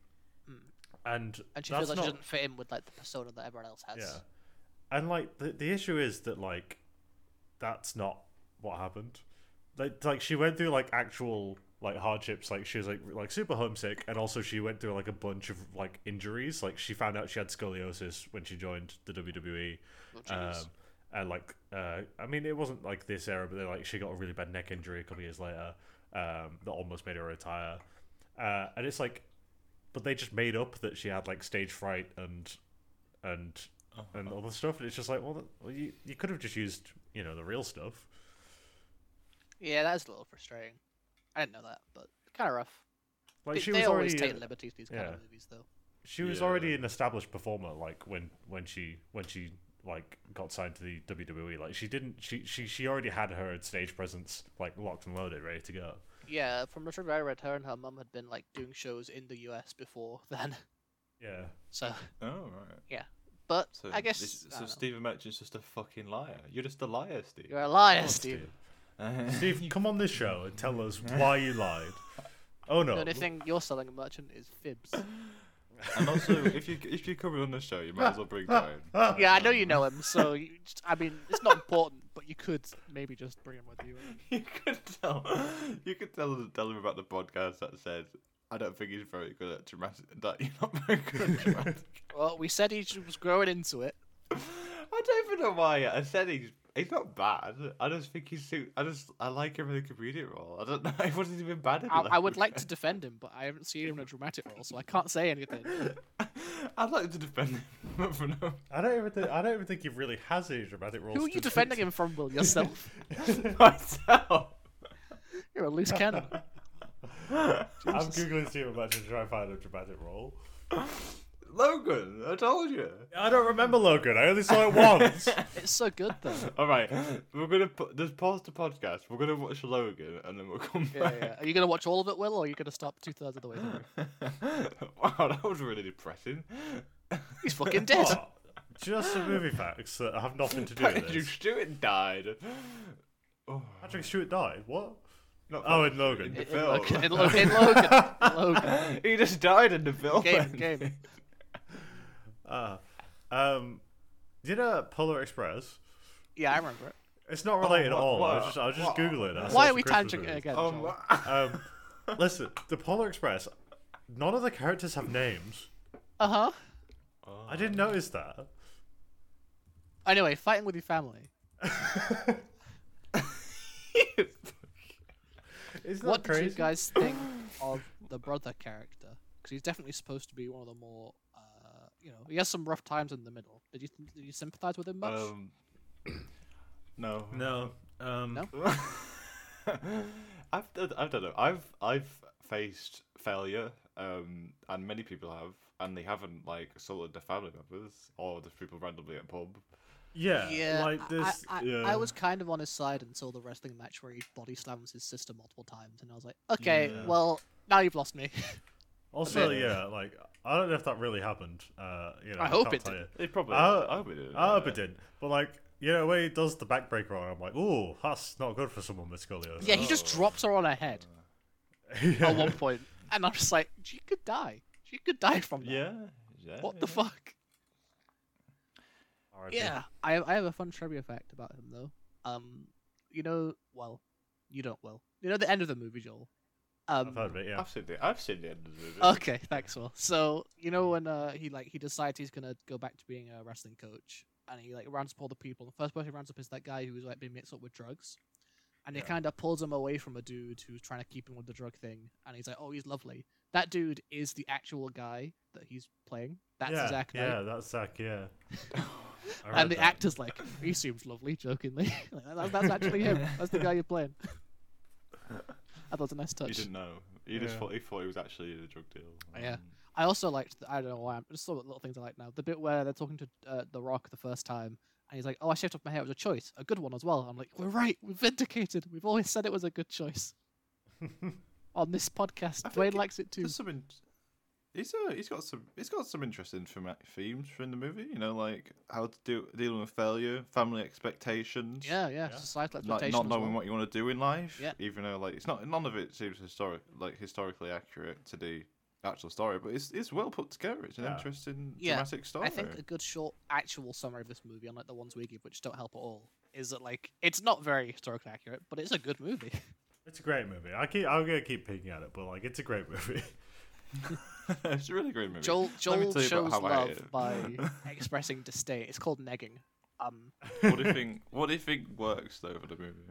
Speaker 5: and
Speaker 3: Hmm. And she
Speaker 5: that's
Speaker 3: feels like
Speaker 5: not,
Speaker 3: she doesn't fit in with like the persona that everyone else has.
Speaker 5: Yeah. And like the the issue is that like that's not what happened. Like like she went through like actual like hardships. Like she was like like super homesick, and also she went through like a bunch of like injuries. Like she found out she had scoliosis when she joined the E. WWE.
Speaker 3: jeez.
Speaker 5: um, and like uh, I mean, it wasn't like this era, but then, like she got a really bad neck injury a couple years later um, that almost made her retire. Uh, and it's like, but they just made up that she had like stage fright and and and all the stuff, and it's just like, well, th- well you you could have just used you know the real stuff.
Speaker 3: Yeah, that's a little frustrating. I didn't know that, but kind of rough.
Speaker 5: Like
Speaker 3: They-
Speaker 5: she
Speaker 3: they
Speaker 5: was
Speaker 3: always
Speaker 5: already
Speaker 3: take liberties these kind
Speaker 5: yeah.
Speaker 3: of movies, though.
Speaker 5: she was
Speaker 4: Yeah.
Speaker 5: already an established performer. Like when when she when she like got signed to the WWE, like she didn't she she she already had her stage presence like locked and loaded, ready to go.
Speaker 3: Yeah, from the trivia I read, her and her mum had been like doing shows in the U.S. before (laughs) then.
Speaker 5: Yeah,
Speaker 3: So,
Speaker 4: Oh right.
Speaker 3: but
Speaker 4: So
Speaker 3: I guess
Speaker 4: This, so
Speaker 3: I don't know.
Speaker 4: Stephen Merchant's just a fucking liar. You're just a liar, Steve. Uh,
Speaker 3: you're a liar, Steve.
Speaker 5: Steve, come on this show and tell us why you lied. Oh no,
Speaker 3: The only thing you're selling a merchant is
Speaker 5: (laughs)
Speaker 3: fibs.
Speaker 4: (laughs) and also, if you if you're coming on the show, you might as well bring Darren. (laughs)
Speaker 3: yeah, I know you know him, so you just, I mean, it's not important, but you could maybe just bring him with you.
Speaker 4: you could tell. You could tell tell him about the podcast that said, "I don't think he's very good at dramatic. That you're not very good at dramatic."
Speaker 3: Well, we said he j- was growing into it.
Speaker 4: I don't even know why I said he's he's not bad. I just think he's so. I just I like him in the comedian role. I don't know. (laughs) He wasn't even bad. In
Speaker 3: I,
Speaker 4: that.
Speaker 3: I would like to defend him, but I haven't seen him in a dramatic role, so I can't say anything.
Speaker 4: (laughs) I'd like to defend him (laughs) for no.
Speaker 5: I don't even think I don't even think he really has any dramatic roles.
Speaker 3: Who are
Speaker 5: to-
Speaker 3: you defending him from, Will?
Speaker 5: (laughs)
Speaker 3: Yourself?
Speaker 4: myself.
Speaker 3: You're a loose cannon.
Speaker 5: I'm googling Steve Merchant to try and find a dramatic role.
Speaker 4: Logan, I told you.
Speaker 5: I don't remember Logan. I
Speaker 3: (laughs)
Speaker 5: only saw it once.
Speaker 3: It's so good, though.
Speaker 4: All right, we're gonna put, just pause the podcast. We're gonna watch Logan, and then we'll come
Speaker 3: Yeah,
Speaker 4: back.
Speaker 3: yeah. (laughs) Are you going to watch all of it, Will, or are you going to stop two thirds of the way (gasps) through?
Speaker 4: (laughs) wow, that was really
Speaker 3: (laughs)
Speaker 4: depressing.
Speaker 3: He's fucking dead.
Speaker 5: Oh, just some movie facts that have nothing to do with
Speaker 4: Patrick
Speaker 5: this.
Speaker 4: Stewart died.
Speaker 3: (sighs)
Speaker 4: Oh,
Speaker 5: Patrick Stewart died. What?
Speaker 4: not
Speaker 5: Oh,
Speaker 4: Patrick
Speaker 5: in Logan.
Speaker 4: Stewart,
Speaker 3: (laughs) In,
Speaker 4: the
Speaker 3: Logan, in,
Speaker 4: film.
Speaker 3: Lo- in Logan. In (laughs) Logan.
Speaker 4: (laughs) he just died in the film. (laughs)
Speaker 3: Game, game.
Speaker 5: Uh, um, you know Polar Express?
Speaker 3: Yeah, I remember it.
Speaker 5: It's
Speaker 3: Oh,
Speaker 5: not related
Speaker 4: what-
Speaker 5: at all. I was
Speaker 4: what-
Speaker 5: just, I was just
Speaker 4: what-
Speaker 5: googling. it. I saw
Speaker 3: Why
Speaker 5: it's
Speaker 3: are
Speaker 5: a
Speaker 3: we
Speaker 5: Christmas
Speaker 3: tangent
Speaker 5: movie.
Speaker 3: again?
Speaker 4: Um,
Speaker 3: Joel?
Speaker 4: (laughs)
Speaker 5: Um, listen, the Polar Express. None of the characters have names.
Speaker 3: Uh huh.
Speaker 5: I didn't notice that.
Speaker 3: Anyway, fighting with your family.
Speaker 5: Isn't that
Speaker 3: what did you
Speaker 5: crazy?
Speaker 3: (gasps) guys think of the brother character? Because he's definitely supposed to be one of the more, uh, you know, he has some rough times in the middle. Did you did you sympathize with him much?
Speaker 4: Um, (clears throat) no.
Speaker 5: No. Um,
Speaker 3: No?
Speaker 4: (laughs) I've, done- I don't know. I've I've faced failure, um, and many people have, and they haven't like assaulted their family members or just people randomly at a pub.
Speaker 5: Yeah.
Speaker 3: yeah,
Speaker 5: Like
Speaker 3: I,
Speaker 5: this.
Speaker 3: I, I-
Speaker 4: yeah.
Speaker 3: I was kind of on his side until the wrestling match where he body slams his sister multiple times, and I was like, okay,
Speaker 4: Yeah.
Speaker 3: well, now you've lost me.
Speaker 5: Also,
Speaker 4: Yeah.
Speaker 5: yeah, like I don't know if that really happened. Uh, you know,
Speaker 3: I hope
Speaker 5: can't
Speaker 3: it
Speaker 5: tell
Speaker 3: didn't.
Speaker 5: you.
Speaker 4: They probably.
Speaker 5: I-
Speaker 4: I hope it did.
Speaker 5: I hope
Speaker 4: yeah.
Speaker 5: it did, but like you know, when he does the backbreaker on, I'm like, ooh, that's not good for someone with scoliosis.
Speaker 3: yeah, Oh, he just drops her on her head
Speaker 5: (laughs) Yeah. (laughs)
Speaker 3: at one point, and I'm just like, she could die. She could die from that.
Speaker 4: Yeah. yeah
Speaker 3: What the
Speaker 4: yeah.
Speaker 3: fuck?
Speaker 5: R.I.P.
Speaker 3: Yeah, I have, I have a fun trivia fact about him though. Um, you know, well, you don't, Will. You know the end of the movie, Joel. Um,
Speaker 5: I've heard of it. Yeah.
Speaker 4: I've seen the I've seen the end of the movie.
Speaker 3: okay, thanks, Will. So you know when uh he like he decides he's gonna go back to being a wrestling coach, and he like rounds up all the people. The first person he rounds up is that guy who's like been mixed up with drugs, and he
Speaker 5: Yeah.
Speaker 3: kind of pulls him away from a dude who's trying to keep him with the drug thing, and he's like, oh, he's lovely. That dude is the actual guy that he's playing. That's
Speaker 5: yeah,
Speaker 3: Zack Knight.
Speaker 5: Yeah, that's Zach. Yeah.
Speaker 3: (laughs)
Speaker 5: I read
Speaker 3: and the
Speaker 5: that.
Speaker 3: actor's like, he seems lovely, jokingly. (laughs) Like, that- that's actually him. That's the guy you're playing. (laughs) I thought it was a nice
Speaker 4: He
Speaker 3: touch.
Speaker 4: didn't know. He just
Speaker 5: Yeah.
Speaker 4: thought he thought he was actually in a drug deal.
Speaker 3: Yeah. I also liked, the, I don't know why, I'm just sort of little things I like now. The bit where they're talking to uh, The Rock the first time, and he's like, oh, I shaved off my hair. It was a choice. A good one as well. I'm like, we're right. We're vindicated. We've always said it was a
Speaker 4: (laughs)
Speaker 3: good choice. On this podcast,
Speaker 4: I
Speaker 3: Dwayne
Speaker 4: think it-
Speaker 3: likes it too.
Speaker 4: There's some. In- he's uh he's got some he's got some interesting thema- themes from the movie. You know, like how to do dealing with failure, family expectations.
Speaker 3: Yeah, yeah,
Speaker 5: Yeah.
Speaker 3: Societal
Speaker 4: Like
Speaker 3: expectations.
Speaker 4: not knowing what you want to do in life,
Speaker 3: Yeah.
Speaker 4: even though like it's not none of it seems historic like historically accurate to the actual story, but it's it's well put together. It's an
Speaker 5: Yeah.
Speaker 4: interesting
Speaker 3: Yeah,
Speaker 4: dramatic story.
Speaker 3: I think a good short actual summary of this movie, unlike the ones we give, which don't help at all, is that like it's not very historically accurate, but it's a good movie.
Speaker 5: It's a great movie. I keep. I'm gonna keep picking at it, but like, it's a great (laughs) movie.
Speaker 4: (laughs) it's a really great movie.
Speaker 3: Joel
Speaker 4: Let me
Speaker 3: Joel
Speaker 4: tell you
Speaker 3: shows
Speaker 4: about how I
Speaker 3: love
Speaker 4: hate it. (laughs)
Speaker 3: by expressing disdain. It's called negging. Um,
Speaker 4: what do you think? What do you think works though for the movie?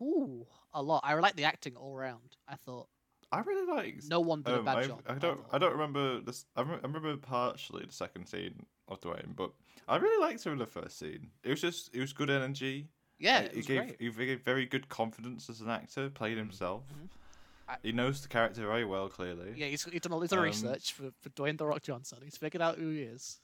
Speaker 3: ooh, a lot. I like the acting all round. I thought
Speaker 4: I really like
Speaker 3: no one did a
Speaker 4: Um,
Speaker 3: bad
Speaker 4: I've-
Speaker 3: job.
Speaker 4: I don't. I
Speaker 3: thought.
Speaker 4: don't remember this. I, rem- I remember partially the second scene of Dwayne, but I really liked him in the first scene. It was just. It was good energy.
Speaker 3: Yeah,
Speaker 4: He-
Speaker 3: it
Speaker 4: he
Speaker 3: was
Speaker 4: gave.
Speaker 3: great. Mm-hmm.
Speaker 4: He gave very good confidence as an actor. Played himself.
Speaker 3: I-
Speaker 4: he knows the character very well, clearly.
Speaker 3: Yeah, he's, he's done all his
Speaker 4: Um,
Speaker 3: research for, for Dwayne the Rock Johnson. He's figured out who he is.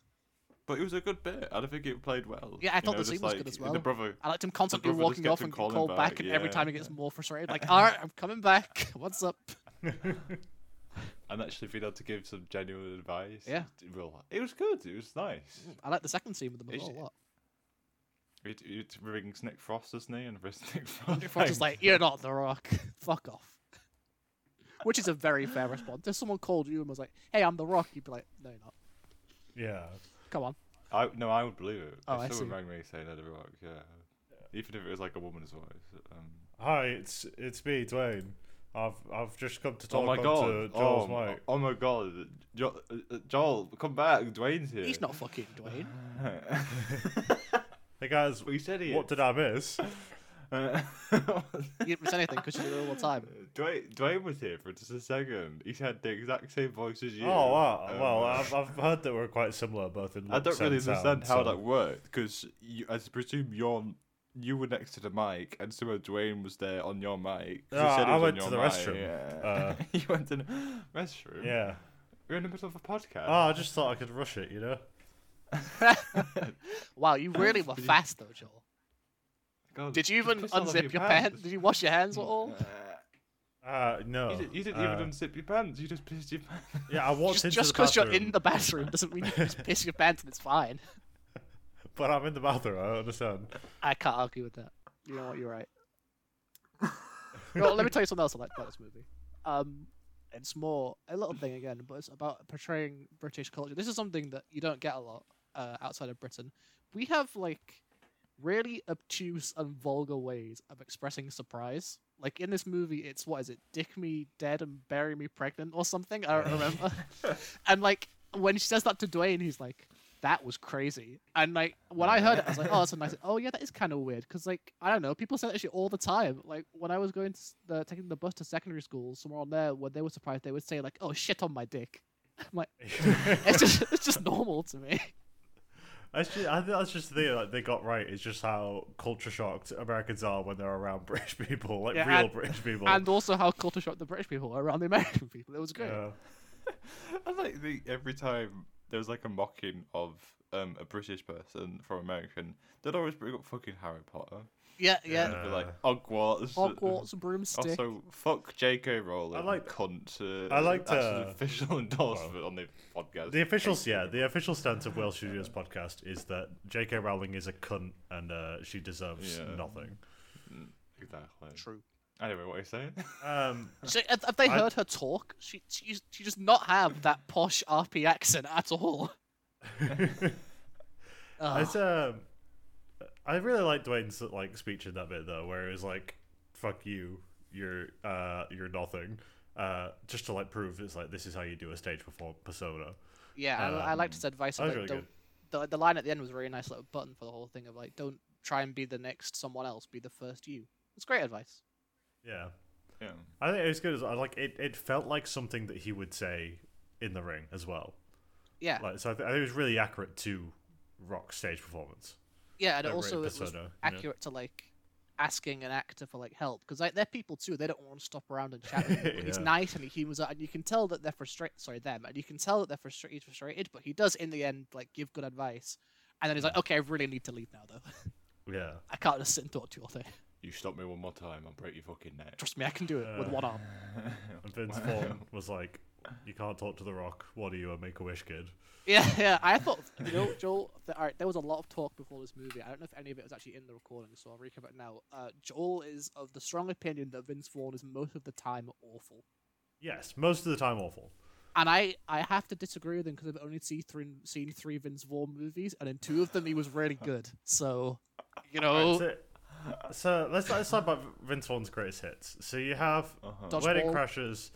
Speaker 4: But it was a good bit. I don't think it played well.
Speaker 3: Yeah, I
Speaker 4: You
Speaker 3: thought
Speaker 4: know,
Speaker 3: the
Speaker 4: just
Speaker 3: scene was good
Speaker 4: like
Speaker 3: as
Speaker 4: in
Speaker 3: well.
Speaker 4: The brother.
Speaker 3: I liked him constantly
Speaker 4: brother just
Speaker 3: walking
Speaker 4: kept
Speaker 3: off
Speaker 4: on
Speaker 3: and getting
Speaker 4: calling
Speaker 3: called back,
Speaker 4: back,
Speaker 3: and every
Speaker 4: yeah,
Speaker 3: time he gets
Speaker 4: yeah.
Speaker 3: more
Speaker 4: (laughs)
Speaker 3: frustrated, like, all right, I'm coming back. (laughs) What's up?
Speaker 4: And actually being able to give some genuine advice.
Speaker 3: Yeah. Mm.
Speaker 4: in real life. It was good. It was nice.
Speaker 3: I like the second scene with him as
Speaker 4: It's-
Speaker 3: well a lot.
Speaker 4: It, it rings Nick Frost, doesn't he? And (laughs) rings Nick Frost.
Speaker 3: Nick Frost is like, "You're not the Rock. (laughs) Fuck off." Which is a very fair response. If someone called you and was like, "Hey, I'm the Rock," you'd be like, "No, you're not.
Speaker 5: yeah.
Speaker 3: Come on."
Speaker 4: I no, I would believe it.
Speaker 3: Oh, I
Speaker 4: if someone
Speaker 3: see.
Speaker 4: rang me saying Eddie Rock, yeah. Even if it was like a woman's voice. Um,
Speaker 5: Hi, it's it's me, Dwayne. I've I've just come to talk
Speaker 4: oh my
Speaker 5: on
Speaker 4: god!
Speaker 5: to
Speaker 4: oh,
Speaker 5: Joel's mic.
Speaker 4: oh my god! Jo- uh, uh, Joel, come back! Dwayne's here. (laughs)
Speaker 3: He's not fucking Dwayne.
Speaker 5: Hey guys,
Speaker 4: we said he.
Speaker 5: what did I miss?
Speaker 4: Uh,
Speaker 3: You didn't miss anything because you do it all the time.
Speaker 4: (laughs) Dwayne, Dwayne was here for just a second. He's had the exact same voice as (laughs) you.
Speaker 5: Oh wow!
Speaker 4: Um,
Speaker 5: well, I've, I've heard that we're quite similar both in.
Speaker 4: I don't
Speaker 5: looks
Speaker 4: really
Speaker 5: and sound,
Speaker 4: understand how
Speaker 5: so-
Speaker 4: that worked because I presume you're you were next to the mic and somehow Dwayne was there on your mic. 'cause he
Speaker 5: Ah,
Speaker 4: said he was
Speaker 5: I
Speaker 4: on
Speaker 5: went to
Speaker 4: your
Speaker 5: the
Speaker 4: mic,
Speaker 5: restroom.
Speaker 4: Yeah.
Speaker 5: Uh,
Speaker 4: (laughs) you went to the restroom.
Speaker 5: Yeah.
Speaker 4: We're in the middle of a podcast.
Speaker 5: Oh, I just thought I could rush it, you know.
Speaker 3: Wow, you really were fast though, Joel.
Speaker 4: God,
Speaker 3: Did you even
Speaker 4: piss all over
Speaker 3: unzip your
Speaker 4: pants.
Speaker 3: pants? Did you wash your hands at all?
Speaker 5: Uh, no.
Speaker 4: You, did, not
Speaker 5: Uh,
Speaker 4: even unzip your pants. You just pissed your (laughs) pants.
Speaker 5: Yeah, I walked
Speaker 3: Just
Speaker 5: into
Speaker 3: just
Speaker 5: the
Speaker 3: because
Speaker 5: bathroom,
Speaker 3: you're in the bathroom doesn't mean you can just piss your pants and it's fine.
Speaker 5: but I'm in the bathroom. I
Speaker 4: (laughs)
Speaker 5: don't understand.
Speaker 3: I can't argue with that. You know what? You're right. well, let me tell you something else I like about this movie. Um, it's more a little thing again, but it's about portraying British culture. This is something that you don't get a lot uh, outside of Britain. We have like really obtuse and vulgar ways of expressing surprise. Like in this movie, it's what is it? Dick me dead and bury me pregnant or something. I don't remember. and like when she says that to Dwayne, he's like, that was crazy. And like when I heard it, I was like, oh, that's a nice. Oh yeah, that is kind of weird because like I don't know, people say that shit all the time. Like when I was going to s- the, taking the bus to secondary school, somewhere on there, when they were surprised, they would say like, oh shit on my
Speaker 5: (laughs)
Speaker 3: dick. I'm like, it's just it's just normal to me.
Speaker 5: That's just, I think that's just the thing that they got right. It's just how culture shocked Americans are when they're around British people, like
Speaker 3: Yeah,
Speaker 5: real
Speaker 3: and-
Speaker 5: British people.
Speaker 3: And also how culture shocked the British people are around the American (laughs) people. It was great.
Speaker 5: Yeah.
Speaker 4: I like the every time there was like a mocking of um, a British person from American, they'd always bring up fucking Harry Potter.
Speaker 3: Yeah, yeah.
Speaker 5: Yeah.
Speaker 4: They'd be like Hogwarts. uh,
Speaker 3: Hogwarts broomstick.
Speaker 4: Also, fuck J.K. Rowling.
Speaker 5: I liked-
Speaker 4: cunt. Uh,
Speaker 5: I liked,
Speaker 4: that's an
Speaker 5: uh,
Speaker 4: official (laughs) endorsement on the podcast.
Speaker 5: The official, yeah, the official stance of Whale Studios podcast is that J.K. Rowling is a cunt and uh, she deserves
Speaker 4: Yeah.
Speaker 5: nothing.
Speaker 4: exactly.
Speaker 3: True.
Speaker 4: Anyway, what are you saying? (laughs)
Speaker 5: Um,
Speaker 3: She, have have they
Speaker 5: I-
Speaker 3: heard her talk? She, she she does not have that posh RP accent at all. Ugh.
Speaker 5: It's um, I really liked Dwayne's like speech in that bit though, where it was like, "Fuck you, you're uh, you're nothing," uh, just to like prove it's like this is how you do a stage perform persona.
Speaker 3: yeah, I, I liked his advice.
Speaker 5: Um, that
Speaker 3: About
Speaker 5: was really
Speaker 3: don't, the the line at the end was a really nice little button for the whole thing of like, don't try and be the next someone else, be the first you. It's great advice.
Speaker 5: Yeah,
Speaker 4: yeah.
Speaker 5: I think it was good as I like it. It felt like something that he would say in the ring as well.
Speaker 3: Yeah,
Speaker 5: Like so, I, th- I think it was really accurate to rock stage performance.
Speaker 3: yeah, and
Speaker 5: that
Speaker 3: also
Speaker 5: rate
Speaker 3: it was
Speaker 5: persona, you know.
Speaker 3: accurate to like asking an actor for like help because like they're people too. They don't want to stop around and chat.
Speaker 5: (laughs)
Speaker 3: with him, but He's
Speaker 5: Yeah.
Speaker 3: nice and he humors out, and you can tell that they're frustrated. Sorry, them, and you can tell that they're frustrated. He's frustrated, but he does in the end like give good advice. And then he's like, "Okay, I really need to leave now, though. (laughs)
Speaker 5: Yeah,
Speaker 3: I can't just sit and talk to you all day.
Speaker 4: You stop me one more time, I'll break your fucking neck.
Speaker 3: Trust me, I can do it with one arm."
Speaker 5: and Vince Vaughn was like, "You can't talk to the Rock. What are you, a Make a Wish kid?"
Speaker 3: Yeah, yeah. I thought, you
Speaker 5: (laughs)
Speaker 3: know, Joel. That, all right, there was a lot of talk before this movie. I don't know if any of it was actually in the recording, so I'll recap it now. Uh, Joel is of the strong opinion that Vince Vaughn is most of the time awful,
Speaker 5: Yes, most of the time awful.
Speaker 3: and I, I have to disagree with him because I've only seen three, seen three Vince Vaughn movies, and in two of them he was really good. So, you know,
Speaker 5: So, so let's let's talk about Vince Vaughn's greatest hits. So you have
Speaker 4: Uh-huh.
Speaker 3: Dodgeball.
Speaker 5: Wedding Crashers.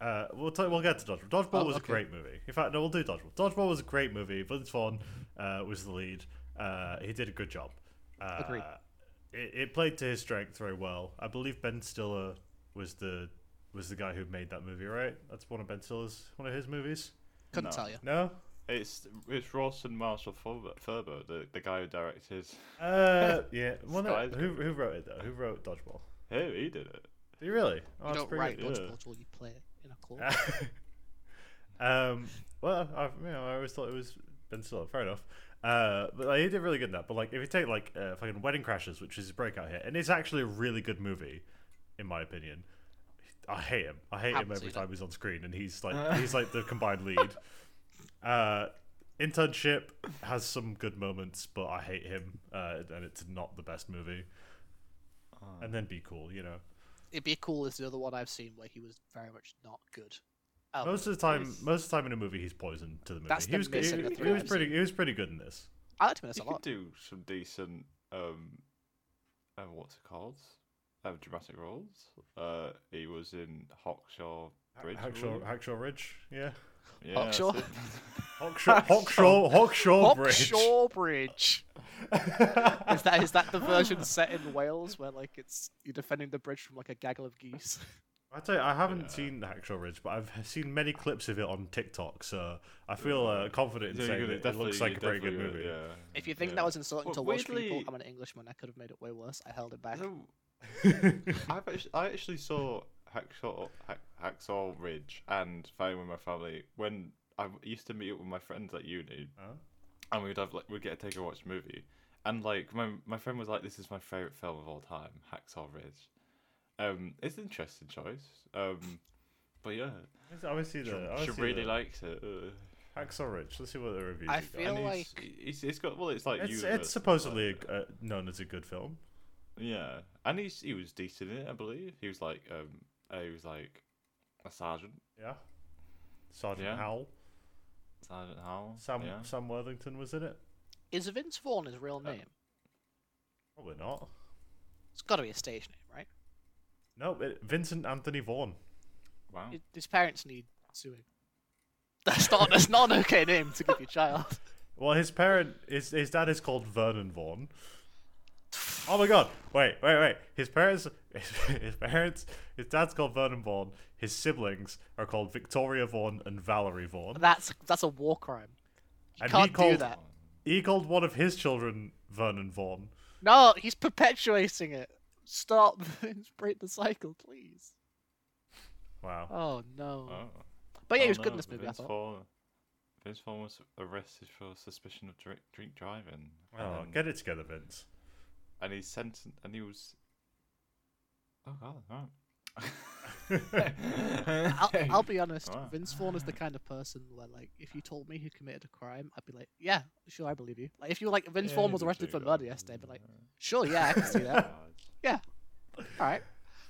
Speaker 5: Uh, we'll t- we'll get to Dodgeball. Dodgeball
Speaker 3: Oh,
Speaker 5: was a
Speaker 3: okay.
Speaker 5: great movie. In fact, no, we'll do Dodgeball. Dodgeball was a great movie. Vince Vaughn uh, was the lead. Uh, he did a good job. Uh,
Speaker 3: Agreed.
Speaker 5: It, it played to his strength very well. I believe Ben Stiller was the was the guy who made that movie, right? That's one of Ben Stiller's one of his movies.
Speaker 3: couldn't
Speaker 4: no.
Speaker 3: tell you.
Speaker 5: No,
Speaker 4: It's it's Rawson Marshall Ferber, Ferber the, the guy who directed.
Speaker 3: (laughs)
Speaker 5: uh, yeah. Well, no,
Speaker 4: Sky's
Speaker 5: who who wrote it though? Who wrote Dodgeball?
Speaker 4: Hey, he did it.
Speaker 5: Did you really? Oh,
Speaker 3: You
Speaker 5: that's
Speaker 3: don't
Speaker 5: pretty
Speaker 3: write
Speaker 5: good.
Speaker 4: yeah.
Speaker 3: dodgeball, Joel. You play it in a court.
Speaker 5: (laughs) um, well, I, you know, I always thought it was Ben Stiller. Fair enough. Uh, but like, he did really good in that. But like, if you take like uh, fucking Wedding Crashers, which is his breakout hit, and it's actually a really good movie, in my opinion. I hate him. I hate him
Speaker 3: Haven't
Speaker 5: every
Speaker 3: seen it. Uh.
Speaker 5: time he's on screen, and he's like he's like the combined lead. Uh, internship has some good moments, but I hate him, uh, and it's not the best movie.
Speaker 3: Uh.
Speaker 5: And then be cool, you know.
Speaker 3: It'd be cool. Is the other one I've seen where he was very much not good. Um,
Speaker 5: Most of the time, most of the time in a movie, he's poisoned to the movie.
Speaker 3: That's
Speaker 5: he
Speaker 3: the
Speaker 5: was good-
Speaker 3: miss in
Speaker 5: he,
Speaker 3: the
Speaker 5: he
Speaker 3: three
Speaker 5: was
Speaker 3: I've
Speaker 5: pretty. He was pretty good in this.
Speaker 3: I liked him in this
Speaker 5: (laughs)
Speaker 4: You
Speaker 3: a
Speaker 4: could
Speaker 3: lot.
Speaker 4: do some decent, um, uh, what's it called? Uh, dramatic roles. Uh, he was in Hawkshaw Bridge. I
Speaker 5: Hawkshaw,
Speaker 4: believe.
Speaker 5: Hawkshaw Ridge, yeah.
Speaker 4: yeah,
Speaker 3: (laughs) Hawkshaw?
Speaker 4: that's it.
Speaker 5: Hawkshaw, Hawkshaw, Hawkshaw Bridge.
Speaker 3: Hawkshaw Bridge. is
Speaker 5: (laughs)
Speaker 3: that is that the version set in Wales where like it's you're defending the bridge from like a gaggle of geese?
Speaker 5: I tell you, I haven't seen Hawkshaw Ridge, but I've seen many clips of it on TikTok, so I feel uh, confident in
Speaker 4: Yeah, you're
Speaker 5: saying
Speaker 4: gonna-
Speaker 5: that it looks
Speaker 4: definitely-
Speaker 5: like a very good
Speaker 4: definitely
Speaker 5: movie.
Speaker 4: gonna- yeah,
Speaker 3: If you think
Speaker 4: yeah.
Speaker 3: that was insulting
Speaker 4: Well,
Speaker 3: to Welsh people,
Speaker 4: weirdly-
Speaker 3: I'm an Englishman. I could have made it way worse. I held it back.
Speaker 4: So,
Speaker 5: (laughs)
Speaker 4: I've actually, I actually saw Hacksaw, Hack, Hacksaw Ridge and Fighting with My Family when I used to meet up with my friends at uni,
Speaker 5: Huh?
Speaker 4: and we'd have like we'd get a take and watch a movie, and like my my friend was like, "This is my favorite film of all time, Hacksaw Ridge." Um, it's an interesting choice. Um, but yeah,
Speaker 5: I want to see
Speaker 4: she,
Speaker 5: the. I wanna
Speaker 4: she
Speaker 5: see
Speaker 4: uh, really
Speaker 5: the
Speaker 4: likes it. Uh,
Speaker 5: Hacksaw Ridge. Let's see what the reviews.
Speaker 3: I
Speaker 5: have got.
Speaker 3: feel
Speaker 4: and
Speaker 3: like
Speaker 4: it's, it's, it's got well, it's like
Speaker 5: it's,
Speaker 4: universe,
Speaker 5: it's supposedly
Speaker 4: like-
Speaker 5: a, uh, known as a good film.
Speaker 4: Yeah, and he's he was decent in it, I believe. He was like um, uh, he was like a sergeant,
Speaker 5: Yeah. Sergeant
Speaker 4: Yeah.
Speaker 5: Howell.
Speaker 4: sergeant Howell.
Speaker 5: Sam
Speaker 4: yeah.
Speaker 5: Sam Worthington was in it.
Speaker 3: is Vince Vaughn his real
Speaker 4: Uh,
Speaker 3: name?
Speaker 5: Probably not.
Speaker 3: It's got to be a stage name, right?
Speaker 5: No, it, Vincent Anthony Vaughan.
Speaker 4: wow. (laughs)
Speaker 3: His- His parents need suing. That's not that's not an okay name to give your child.
Speaker 5: Well, his parent, his, his dad is called Vernon Vaughn. Oh my god! Wait, wait, wait. His parents, (laughs) his parents, his dad's called Vernon Vaughn. His siblings are called Victoria Vaughn and Valerie Vaughn.
Speaker 3: That's that's a war crime. You
Speaker 5: And he
Speaker 3: can't do
Speaker 4: Oh.
Speaker 5: called-
Speaker 3: that.
Speaker 5: He called one of his children Vernon Vaughn.
Speaker 3: No, he's perpetuating it. Stop. (laughs) Break the cycle, please.
Speaker 5: Wow.
Speaker 3: Oh no.
Speaker 4: Oh.
Speaker 3: but yeah,
Speaker 4: Oh
Speaker 3: he was good
Speaker 4: no,
Speaker 3: in this movie. I
Speaker 4: Vince
Speaker 3: thought.
Speaker 4: Vaughn, Vince Vaughn was arrested for suspicion of drink, drink driving.
Speaker 5: Oh,
Speaker 4: and,
Speaker 5: get it together, Vince.
Speaker 4: and he's sentenced, and he was. Oh god,
Speaker 3: (laughs)
Speaker 4: (laughs)
Speaker 3: I'll,
Speaker 4: right.
Speaker 3: I'll be honest.
Speaker 4: Wow.
Speaker 3: Vince Vaughn is the kind of person where, like, if you told me he committed a crime, I'd be like, yeah, sure, I believe you. Like, if you were like,
Speaker 4: (laughs)
Speaker 3: Vince Vaughn was arrested for murder yesterday, I'd be like, sure, yeah, I can see that.
Speaker 4: (laughs)
Speaker 3: All right.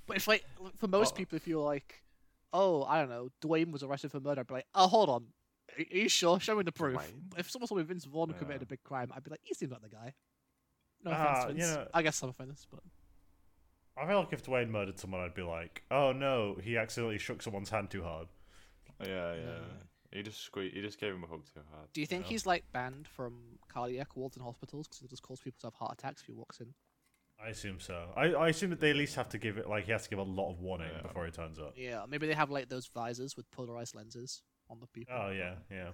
Speaker 3: But if like for most
Speaker 4: Oh.
Speaker 3: people, if you're like, oh, I don't know, Dwayne was arrested for murder, I'd be like, oh, hold on, are are you sure? Show me the proof.
Speaker 4: Dwayne?
Speaker 3: But if someone told me Vince Vaughn committed
Speaker 4: Yeah. Uh,
Speaker 3: a big crime, I'd be like, he seems like the guy. No
Speaker 5: Ah,
Speaker 3: offense,
Speaker 5: you
Speaker 3: Vince.
Speaker 5: know-
Speaker 3: I guess some offense, but
Speaker 5: I feel like if Dwayne murdered someone, I'd be like, oh no, he accidentally shook someone's hand too hard.
Speaker 4: (laughs) yeah, yeah.
Speaker 3: Yeah.
Speaker 4: He just sque- He just gave him a hug too hard.
Speaker 3: do you think
Speaker 4: know?
Speaker 3: he's like banned from cardiac wards and hospitals because it just causes people to have heart attacks if he walks in?
Speaker 5: I assume so. I, I assume that they at least have to give it, like, he has to give a lot of warning
Speaker 4: Yeah.
Speaker 5: before he turns up.
Speaker 3: Yeah, maybe they have like those visors with polarized lenses on the people.
Speaker 5: Oh, yeah,
Speaker 3: (laughs)
Speaker 5: yeah.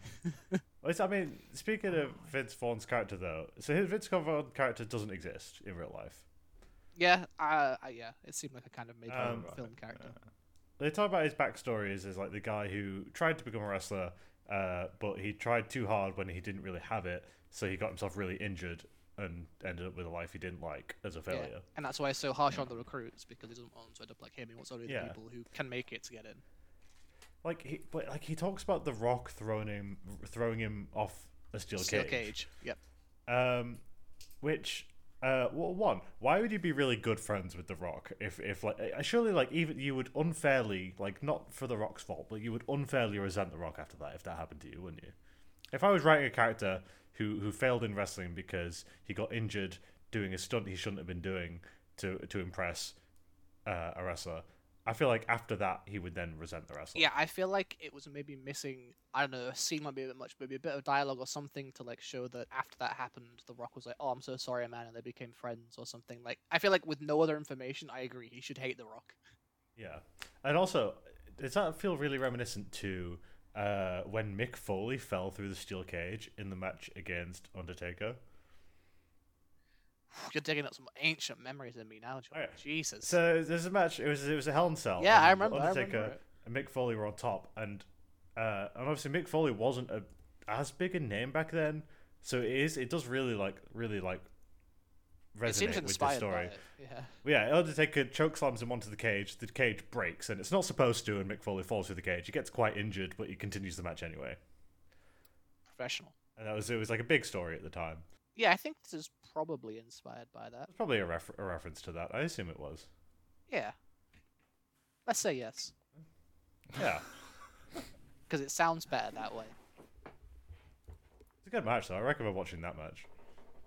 Speaker 5: Well, it's- I mean, speaking of Vince Vaughn's character, though, so his Vince Vaughn's character doesn't exist in real life.
Speaker 3: yeah, uh, uh, yeah. It seemed like a kind of made
Speaker 5: Um,
Speaker 3: up film character.
Speaker 5: They talk about his backstory is, is like the guy who tried to become a wrestler, uh, but he tried too hard when he didn't really have it, so he got himself really injured and ended up with a life he didn't like as a
Speaker 3: Yeah,
Speaker 5: failure.
Speaker 3: And that's why he's so harsh on the recruits because he doesn't want them to end up like him. He wants only
Speaker 5: Yeah.
Speaker 3: the people who can make it to get in.
Speaker 5: Like he, but like he talks about the rock throwing him, throwing him off a steel,
Speaker 3: Steel
Speaker 5: cage.
Speaker 3: cage. Yep.
Speaker 5: Um, which, uh, well, one, why would you be really good friends with the Rock if, if like, uh, surely like even you would unfairly like not for the Rock's fault, but you would unfairly resent the Rock after that if that happened to you, wouldn't you? If I was writing a character who who failed in wrestling because he got injured doing a stunt he shouldn't have been doing to to impress uh, a wrestler. I feel like after that he would then resent the wrestler.
Speaker 3: Yeah, I feel like it was maybe missing. I don't know. A scene might be a bit much, maybe a bit of dialogue or something to like show that after that happened, The Rock was like, "Oh, I'm so sorry, man," and they became friends or something. Like, I feel like with no other information, I agree. He should hate The Rock.
Speaker 5: Yeah, and also, does that feel really reminiscent to uh, when Mick Foley fell through the steel cage in the match against Undertaker?
Speaker 3: You're digging up some ancient memories in me now, John.
Speaker 5: Okay.
Speaker 3: Jesus.
Speaker 5: So there's a match. It was it was a Hell in a Cell.
Speaker 3: Yeah, I
Speaker 5: and
Speaker 3: remember- I
Speaker 5: Undertaker
Speaker 3: remember it.
Speaker 5: and Mick Foley were on top, and uh, and obviously Mick Foley wasn't a, as big a name back then. So it is. It does really like really like resonate
Speaker 3: it seems
Speaker 5: with the
Speaker 3: inspired by
Speaker 5: story.
Speaker 3: it. Yeah.
Speaker 5: Yeah, Undertaker choke slams him onto the cage. The cage breaks, and it's not supposed to. And Mick Foley falls through the cage. He gets quite injured, but he continues the match anyway.
Speaker 3: Professional.
Speaker 5: and that was it was like a big story at the time.
Speaker 3: Yeah, I think this is probably inspired by that.
Speaker 5: It's probably a, refer- a reference to that. I assume it was.
Speaker 3: Yeah. Let's say yes.
Speaker 5: Yeah,
Speaker 3: because it sounds better that way.
Speaker 5: it's a good match though. I recommend watching that match.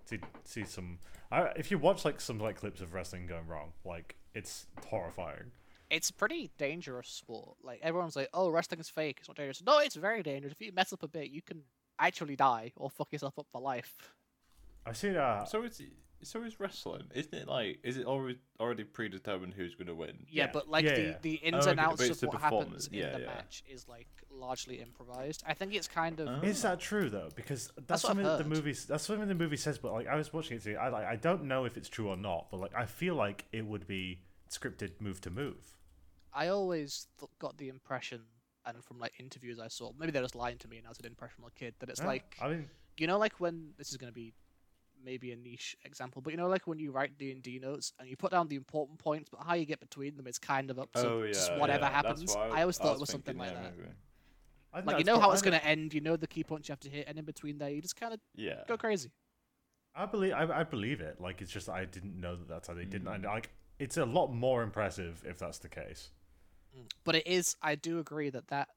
Speaker 5: See see some. I, if you watch like some like clips of wrestling going wrong, like it's horrifying.
Speaker 3: It's a pretty dangerous sport. Like everyone's like, "Oh, wrestling is fake. It's not dangerous." No, it's very dangerous. If you mess up a bit, you can actually die or fuck yourself up for life.
Speaker 5: I've seen uh,
Speaker 4: So it's so it's wrestling, isn't it? Like, is it already already predetermined who's gonna win?
Speaker 3: Yeah,
Speaker 5: Yeah.
Speaker 3: but like
Speaker 5: Yeah,
Speaker 3: the,
Speaker 5: yeah.
Speaker 3: the ins
Speaker 5: Oh,
Speaker 3: and
Speaker 5: okay.
Speaker 3: outs
Speaker 4: But
Speaker 3: of
Speaker 4: it's the
Speaker 3: what happens
Speaker 4: performance.
Speaker 3: in
Speaker 4: Yeah,
Speaker 3: the
Speaker 4: yeah.
Speaker 3: match is like largely improvised. I think it's kind of
Speaker 4: Oh.
Speaker 5: Is that true though? Because that's,
Speaker 3: That's what I've
Speaker 5: something that the
Speaker 3: heard.
Speaker 5: movie that's something the movie says. But like I was watching it today, I like I don't know if it's true or not. But like I feel like it would be scripted move to move.
Speaker 3: I always th- got the impression, and from like interviews I saw, maybe they're just lying to me, and I was an impressionable kid. That it's
Speaker 5: Yeah,
Speaker 3: like
Speaker 5: I mean
Speaker 3: you know like when this is going to be maybe a niche example but you know like when you write d&d notes and you put down the important points but how you get between them is kind of up to
Speaker 4: oh yeah.
Speaker 3: just whatever
Speaker 4: yeah, that's
Speaker 3: happens
Speaker 4: what
Speaker 3: i always thought it was
Speaker 4: thinking,
Speaker 3: something like
Speaker 4: yeah,
Speaker 3: that
Speaker 4: maybe.
Speaker 5: I think
Speaker 3: like you
Speaker 5: that's
Speaker 3: know
Speaker 5: pro-
Speaker 3: how
Speaker 5: I
Speaker 3: it's
Speaker 5: think-
Speaker 3: going to end you know the key points you have to hit and in between there you just kind of
Speaker 4: Yeah.
Speaker 3: go crazy
Speaker 5: I believe I, I believe it. Like it's just that I didn't know that that's how they didn't. And like it's a lot more impressive if that's the case.
Speaker 3: but it is i do agree that that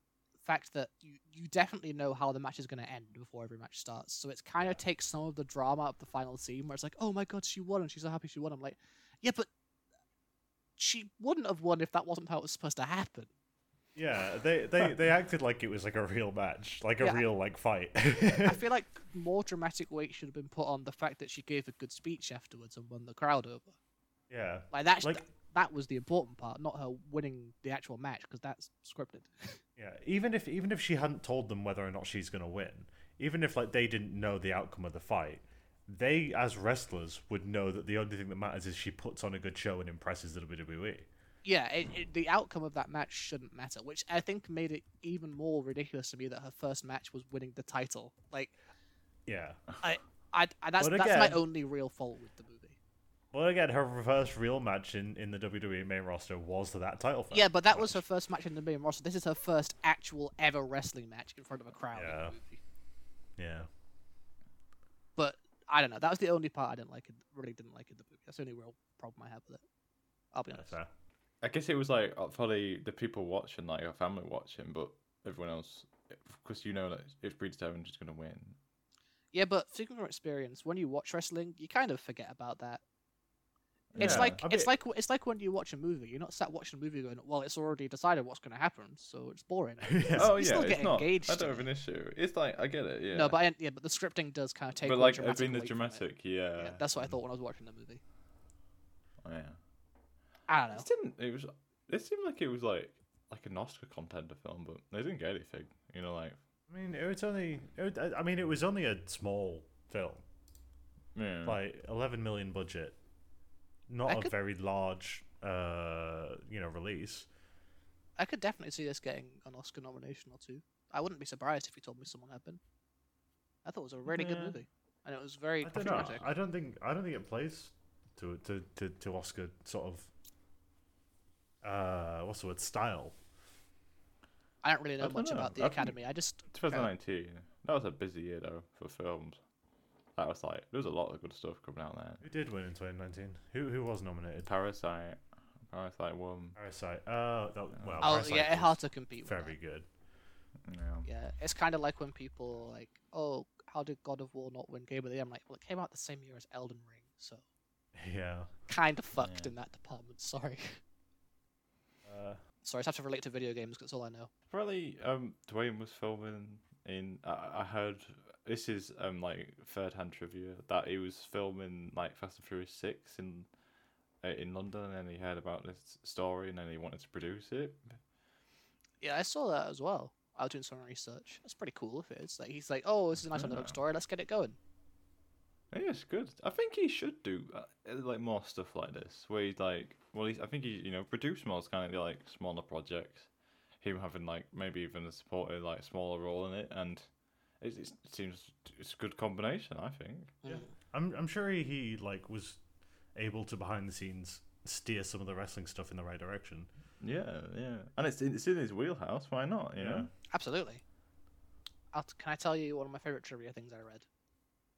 Speaker 3: fact that you, you definitely know how the match is going to end before every match starts so it's kind of takes some of the drama of the final scene where it's like oh my god she won and she's so happy she won i'm like yeah but she wouldn't have won if that wasn't how it was supposed to happen
Speaker 5: Yeah, they, (laughs) they, they acted like it was like a real match, like a
Speaker 3: Yeah.
Speaker 5: real like fight. (laughs)
Speaker 3: I feel like more dramatic weight should have been put on the fact that she gave a good speech afterwards and won the crowd over.
Speaker 5: yeah,
Speaker 3: Like that's
Speaker 5: Like-
Speaker 3: that was the important part, not her winning the actual match because that's scripted.
Speaker 5: yeah. Even if even if she hadn't told them whether or not she's gonna win, even if like they didn't know the outcome of the fight, they as wrestlers would know that the only thing that matters is she puts on a good show and impresses the E. WWE.
Speaker 3: yeah, it, it, the outcome of that match shouldn't matter, which I think made it even more ridiculous to me that her first match was winning the title. Like,
Speaker 5: Yeah.
Speaker 3: I, I, I that's
Speaker 5: But
Speaker 3: that's my
Speaker 5: again-
Speaker 3: only real fault with the movie.
Speaker 5: Well, again, her first real match in, in the WWE main roster was that title fight.
Speaker 3: Yeah, but that was her first match in the main roster. This is her first actual ever wrestling match in front of a crowd. in the
Speaker 5: Yeah.
Speaker 3: movie.
Speaker 5: Yeah.
Speaker 3: But I don't know. That was the only part I didn't like. It really didn't like it. The movie. That's the only real problem I have with it. I'll be honest.
Speaker 5: Fair.
Speaker 4: I guess it was like uh, probably the people watching, like our family watching, but everyone else, because you know that if Breedstone's just gonna win.
Speaker 3: Yeah, but speaking from experience, when you watch wrestling, you kind of forget about that. It's
Speaker 4: Yeah.
Speaker 3: like
Speaker 5: I
Speaker 3: it's
Speaker 5: bet-
Speaker 3: like it's like when you watch a movie. You're not sat watching a movie going, "Well, it's already decided what's going to happen, so it's boring."
Speaker 4: (laughs)
Speaker 5: Yeah.
Speaker 4: (laughs) oh
Speaker 3: you
Speaker 4: yeah,
Speaker 3: still
Speaker 4: it's
Speaker 3: get
Speaker 4: not.
Speaker 3: engaged
Speaker 4: I
Speaker 3: in
Speaker 4: don't have an issue. It's like I get it. Yeah.
Speaker 3: No, but I, yeah, but the scripting does kind of take.
Speaker 4: but
Speaker 3: away
Speaker 4: like uh,
Speaker 3: dramatic
Speaker 4: being the
Speaker 3: weight from it.
Speaker 4: dramatic, uh, yeah.
Speaker 3: Yeah, that's what I thought when I was watching the movie.
Speaker 4: Oh, yeah.
Speaker 3: I don't know.
Speaker 4: This didn't. It was. It seemed like it was like like an Oscar contender film, but they didn't get anything. You know, like
Speaker 5: I mean, it was only. It, was- I mean, it was only a small film,
Speaker 4: yeah.
Speaker 5: like eleven million budget, not
Speaker 3: I
Speaker 5: a
Speaker 3: could-
Speaker 5: very large, uh, you know, release.
Speaker 3: I could definitely see this getting an Oscar nomination or two. I wouldn't be surprised if you told me someone had been. I thought it was a really good
Speaker 4: Yeah.
Speaker 3: movie, and it was very
Speaker 5: I don't know.
Speaker 3: dramatic.
Speaker 5: I don't think. I don't think it plays to to to, to Oscar sort of. Uh, what's the word? Style.
Speaker 3: I don't really know
Speaker 4: I don't
Speaker 3: much
Speaker 4: know.
Speaker 3: about the
Speaker 4: I think-
Speaker 3: Academy. I just
Speaker 4: 2019. That was a busy year though for films. That was like there was a lot of good stuff coming out there.
Speaker 5: Who did win in 2019? Who who was nominated?
Speaker 4: Parasite, Parasite one.
Speaker 5: Parasite. Uh, that,
Speaker 3: oh
Speaker 5: well,
Speaker 3: yeah,
Speaker 5: Parasite was
Speaker 3: it's hard to compete. With that.
Speaker 5: very good. (laughs)
Speaker 4: Yeah.
Speaker 3: Yeah, it's kind of like when people are like, oh, how did God of War not win Game of the Year? I'm like, well, it came out the same year as Elden Ring, so
Speaker 5: Yeah.
Speaker 3: kind of fucked
Speaker 4: Yeah.
Speaker 3: in that department. (laughs) Sorry,
Speaker 5: Uh,
Speaker 3: sorry, I just have to relate to video games 'cause that's all I know.
Speaker 4: Apparently, um, Dwayne was filming in. I, I heard this is um like third hand trivia that he was filming like Fast and Furious Six in uh, in London, and he heard about this story, and then he wanted to produce it.
Speaker 3: Yeah, I saw that as well. I was doing some research. That's pretty cool. If it is like he's like, oh, this is a nice underdog
Speaker 4: Yeah.
Speaker 3: story. Let's get it going.
Speaker 4: Yeah, it's good. I think he should do uh, like more stuff like this, where he's like, well, he's, I think he you know produce more kind of like smaller projects. Him having like maybe even a supporting like smaller role in it, and it, it seems it's a good combination. I think.
Speaker 5: Yeah.
Speaker 3: Mm.
Speaker 5: I'm I'm sure he, he like was able to behind the scenes steer some of the wrestling stuff in the right direction. (laughs)
Speaker 4: Yeah, yeah, and it's in- it's in his wheelhouse. Why not? You
Speaker 5: Yeah.
Speaker 4: know,
Speaker 3: Absolutely. I'll t- can I tell you one of my favorite trivia things I read?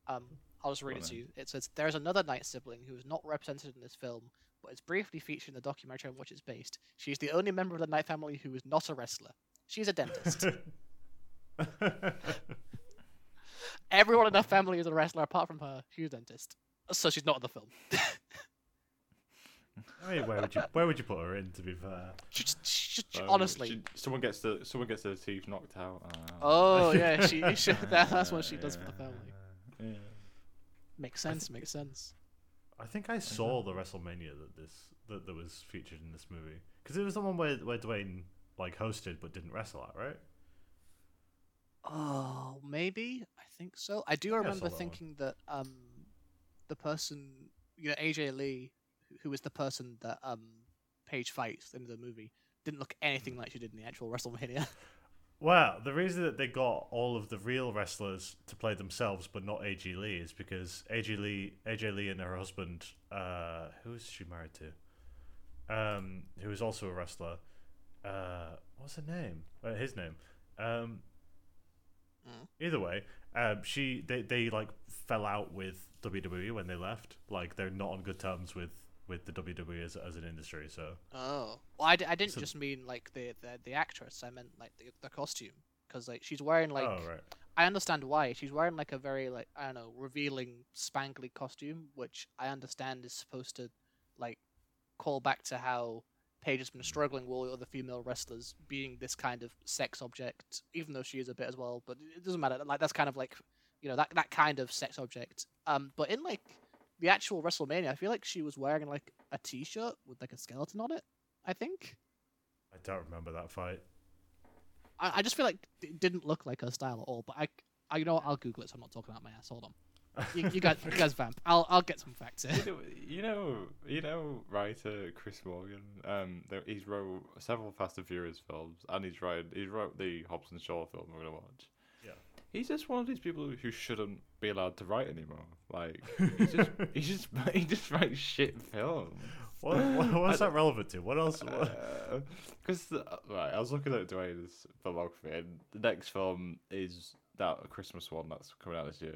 Speaker 3: Um, I'll just read
Speaker 4: Go
Speaker 3: it
Speaker 4: on
Speaker 3: to
Speaker 4: then.
Speaker 3: you. It says there is another Knight sibling who is not represented in this film, but is briefly featured in the documentary on which it's based. She is the only member of the Knight family who is not a wrestler. She's a
Speaker 4: (laughs)
Speaker 3: dentist. Everyone in her family is a wrestler apart from her. She's a dentist, so she's not in the film.
Speaker 5: I mean, where would you where would you put her in? To be fair,
Speaker 3: She just- she just-
Speaker 4: So
Speaker 3: honestly.
Speaker 4: Oh, she- someone gets the someone gets their teeth knocked out. Uh, (laughs)
Speaker 3: Oh (laughs) yeah, she, she (laughs) that, that's what she does for the
Speaker 4: Yeah.
Speaker 3: family.
Speaker 4: (laughs) yeah.
Speaker 3: Makes sense. Makes sense.
Speaker 5: I think I saw the WrestleMania that this that, that was featured in this movie because it was the one where where Dwayne like hosted but didn't wrestle at, right?
Speaker 3: Oh, maybe I think so. I do
Speaker 5: I saw
Speaker 3: remember
Speaker 5: that one.
Speaker 3: thinking that um, the person you know AJ Lee, who- who was the person that um Paige fights in the movie, didn't look anything like she did in the actual WrestleMania. (laughs)
Speaker 5: Well, the reason that they got all of the real wrestlers to play themselves but not AJ Lee is because AJ Lee, AJ Lee and her husband, uh, who is she married to? Um, who is also a wrestler. Uh, what's her name? Uh, his name. Um,
Speaker 3: Mm.
Speaker 5: Either way, um, she they, they like fell out with WWE when they left. Like they're not on good terms with with the WWE as, as an industry. So
Speaker 3: oh, well, I, d- I didn't
Speaker 5: So-
Speaker 3: just mean like the, the the actress. I meant like the the costume because like she's wearing like
Speaker 5: oh right,
Speaker 3: I understand why she's wearing like a very like I don't know revealing spangly costume, which I understand is supposed to like call back to how Paige has been struggling with all the other female wrestlers being this kind of sex object, even though she is a bit as well. But it doesn't matter. Like that's kind of like you know that that kind of sex object. Um, but in like the actual WrestleMania, I feel like she was wearing like a T-shirt with like a skeleton on it. I think.
Speaker 5: I don't remember that fight.
Speaker 3: I, I just feel like it didn't look like her style at all. But I, I you know what? I'll Google it. so I'm not talking out my ass. Hold on. You, you guys, you guys vamp. I'll I'll get some facts here.
Speaker 4: You know, you know, you know writer Chris Morgan. Um, there, he's wrote several Fast and Furious films, and he's wrote he's wrote the Hobbs and Shaw film we're gonna watch.
Speaker 5: Yeah.
Speaker 4: He's just one of these people who shouldn't be allowed to write anymore. Like (laughs) he just he just he just writes shit films.
Speaker 5: What, what what's that relevant to? What else? What?
Speaker 4: (laughs) Because uh, right, I was looking at Dwayne's filmography, and the next film is that Christmas one that's coming out this year.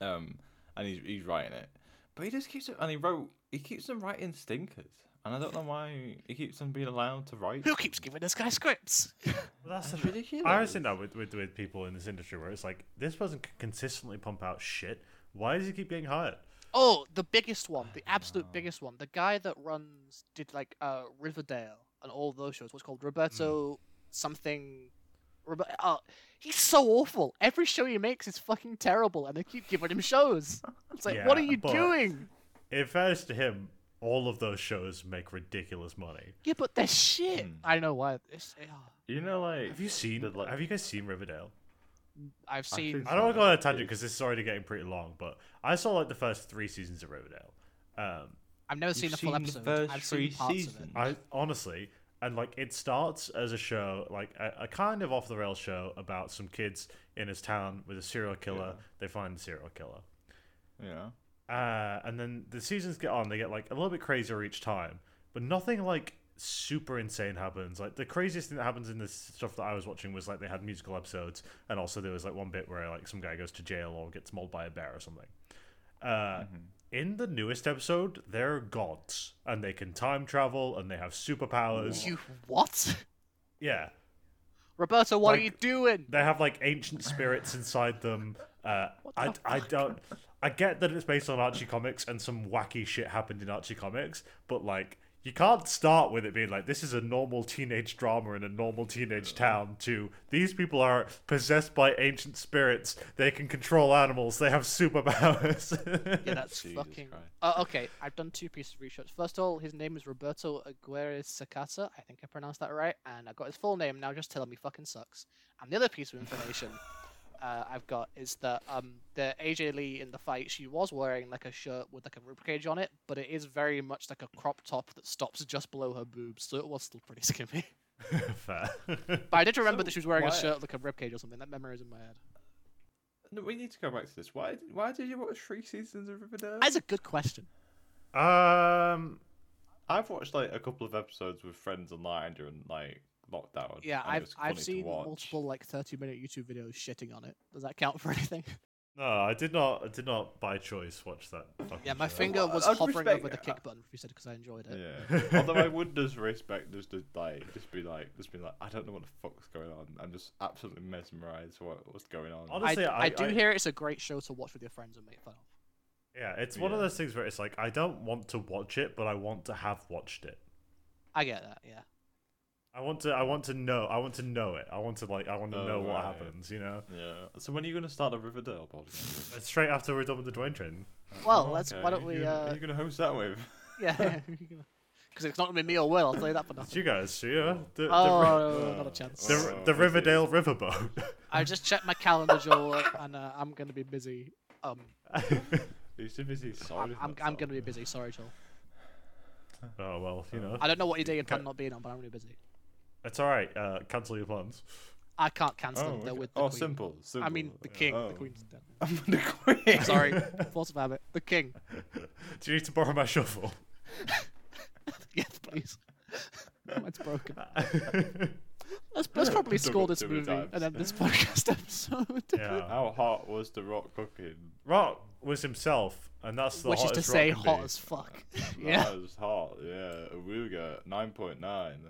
Speaker 5: Hmm.
Speaker 4: Um, and he's he's writing it, but he just keeps and he wrote he keeps on writing stinkers, and I don't know why he keeps on being allowed to write.
Speaker 3: (laughs) Who keeps giving this guy scripts?
Speaker 5: Well, that's
Speaker 4: That's
Speaker 5: the-
Speaker 4: ridiculous.
Speaker 5: I always think that with, with with people in this industry where it's like this person can consistently pump out shit. Why does he keep getting hired?
Speaker 3: Oh, the biggest one, the absolute biggest one, the guy that runs did like uh Riverdale and all those shows. What's called Roberto something. Rober- oh, he's so awful. Every show he makes is fucking terrible, and they keep giving him shows. It's like, what are
Speaker 5: Yeah,
Speaker 3: you
Speaker 5: but-
Speaker 3: doing?
Speaker 5: In fairness to him, all of those shows make ridiculous money.
Speaker 3: Yeah, but they're shit. I know why. It's, ah,
Speaker 4: You know, like
Speaker 5: Have you seen?
Speaker 4: Good luck.
Speaker 5: Have you guys seen Riverdale?
Speaker 3: I've
Speaker 4: I
Speaker 3: seen.
Speaker 4: think-
Speaker 5: I don't want to go on a tangent because this is already getting pretty long, but I saw like the first three seasons of Riverdale. Um,
Speaker 3: I've never seen the
Speaker 4: You've
Speaker 3: full
Speaker 4: seen the
Speaker 3: episode.
Speaker 4: first
Speaker 3: I've
Speaker 4: three
Speaker 3: seen parts of
Speaker 4: seasons.
Speaker 3: it.
Speaker 5: I honestly, and like it starts as a show, like a, a kind of off the rail show about some kids in his town with a serial killer. They find the serial killer.
Speaker 4: yeah,
Speaker 5: Uh, and then the seasons get on, they get like a little bit crazier each time, but nothing like super insane happens. Like the craziest thing that happens in this stuff that I was watching was like they had musical episodes, and also there was like one bit where like some guy goes to jail or gets mauled by a bear or something. Uh, In the newest episode, they're gods and they can time travel and they have superpowers.
Speaker 3: You what? (laughs)
Speaker 5: Yeah,
Speaker 3: Roberto, what are
Speaker 5: Like-
Speaker 3: you
Speaker 4: (laughs)
Speaker 3: doing?
Speaker 5: they have like ancient spirits inside them. Uh, I, I don't. I get that it's based on Archie comics and some wacky shit happened in Archie comics, but like you can't start with it being like this is a normal teenage drama in a normal teenage town. To these people are possessed by ancient spirits. They can control animals. They have superpowers.
Speaker 3: Yeah, that's
Speaker 4: Jesus
Speaker 3: fucking.
Speaker 4: Christ.
Speaker 3: Uh, okay, I've done two pieces of research. First of all, his name is Roberto Aguirre Sacasa. I think I pronounced that right. And I've got his full name now, just telling me fucking sucks. And the other piece
Speaker 4: (laughs)
Speaker 3: of information uh, I've got is that um, the AJ Lee in the fight, she was wearing like a shirt with like a rib cage on it, but it is very much like a crop top that stops just below her boobs, so it was still pretty (laughs) skinny.
Speaker 5: (laughs) Fair. (laughs)
Speaker 3: But I did remember that she was wearing a
Speaker 4: why-
Speaker 3: shirt with like a rib cage or something. That memory is in my head.
Speaker 4: no, we need to go back to this. Why? Why did you watch three seasons of Riverdale?
Speaker 3: That's a good question.
Speaker 5: um,
Speaker 4: I've watched like a couple of episodes with friends online during like lockdown.
Speaker 3: Yeah,
Speaker 4: and it
Speaker 3: I've
Speaker 4: was
Speaker 3: I've
Speaker 4: funny to
Speaker 3: seen
Speaker 4: watch.
Speaker 3: multiple like thirty minute YouTube videos shitting on it. Does that count for (laughs) anything?
Speaker 5: no, I did not. I did not by choice watch that. fucking
Speaker 3: Yeah, my
Speaker 5: show.
Speaker 3: finger
Speaker 4: Well,
Speaker 3: was
Speaker 4: I'd
Speaker 3: hovering
Speaker 4: respect
Speaker 3: over the
Speaker 4: that.
Speaker 3: kick button, you said, because I enjoyed it.
Speaker 4: Yeah. Although I would just respect just to like just be like just be like I don't know what the fuck's going on. I'm just absolutely mesmerized what what's going on.
Speaker 5: Honest-
Speaker 3: I,
Speaker 5: Honestly,
Speaker 3: I,
Speaker 5: I-
Speaker 3: do
Speaker 5: I-
Speaker 3: hear it's a great show to watch with your friends and make fun of.
Speaker 5: Yeah, it's one of
Speaker 4: Yeah.
Speaker 5: those things where it's like I don't want to watch it, but I want to have watched it.
Speaker 3: I get that, yeah.
Speaker 5: I want to I want to know I want to know it. I want to like I want to
Speaker 4: Oh,
Speaker 5: know what
Speaker 4: right.
Speaker 5: happens, you know.
Speaker 4: Yeah. So when are you gonna start the Riverdale podcast?
Speaker 5: It's straight after we're done with the Dwayne train.
Speaker 3: Well, let's.
Speaker 4: Oh, Okay,
Speaker 3: Why don't
Speaker 4: who
Speaker 3: we?
Speaker 4: you-
Speaker 3: Uh,
Speaker 4: Are you gonna host that with?
Speaker 3: (laughs) yeah, because it's not gonna be me or Will. I'll tell you that
Speaker 4: (laughs)
Speaker 3: for
Speaker 5: It's
Speaker 3: nothing.
Speaker 5: you guys, yeah. The,
Speaker 3: Oh, no,
Speaker 5: the,
Speaker 3: no, no, not a chance.
Speaker 5: the,
Speaker 4: Oh,
Speaker 5: the
Speaker 4: it
Speaker 5: Riverdale Riverboat. (laughs)
Speaker 3: I just checked my calendar, Joel, and uh, I'm gonna be busy. Um,
Speaker 4: He's too busy.
Speaker 3: I'm, I'm, I'm gonna be busy. Sorry, Joel.
Speaker 5: oh well, you know.
Speaker 3: I don't know what your day and plan
Speaker 5: Ca-
Speaker 3: not being on, but I'm really busy.
Speaker 5: It's all right. Uh, cancel your plans.
Speaker 3: I can't cancel
Speaker 4: Oh,
Speaker 3: them. They're
Speaker 4: okay.
Speaker 3: with the
Speaker 4: oh
Speaker 3: queen.
Speaker 4: simple, simple.
Speaker 3: I mean, the king.
Speaker 4: Oh.
Speaker 3: The queen's dead.
Speaker 4: (laughs) I'm the queen. (laughs)
Speaker 3: Sorry, force of habit. The king.
Speaker 5: (laughs)
Speaker 3: (laughs)
Speaker 5: Do you need to borrow my (laughs) shovel?
Speaker 3: Yes, please. (laughs) Mine's
Speaker 4: (laughs)
Speaker 3: broken.
Speaker 5: yeah.
Speaker 3: Let's, let's probably
Speaker 4: Dug
Speaker 3: score
Speaker 4: up
Speaker 3: this
Speaker 4: too many
Speaker 3: movie
Speaker 4: times.
Speaker 3: and then this (laughs) podcast episode.
Speaker 5: (laughs)
Speaker 4: How hot was the rock cooking?
Speaker 5: Rock was himself, and that's the
Speaker 3: Which is
Speaker 5: hottest
Speaker 3: to
Speaker 5: Rock
Speaker 3: say,
Speaker 5: can be.
Speaker 3: hot
Speaker 4: (laughs)
Speaker 3: as fuck. (laughs) yeah.
Speaker 4: That was hot. Yeah, Awuga nine point nine.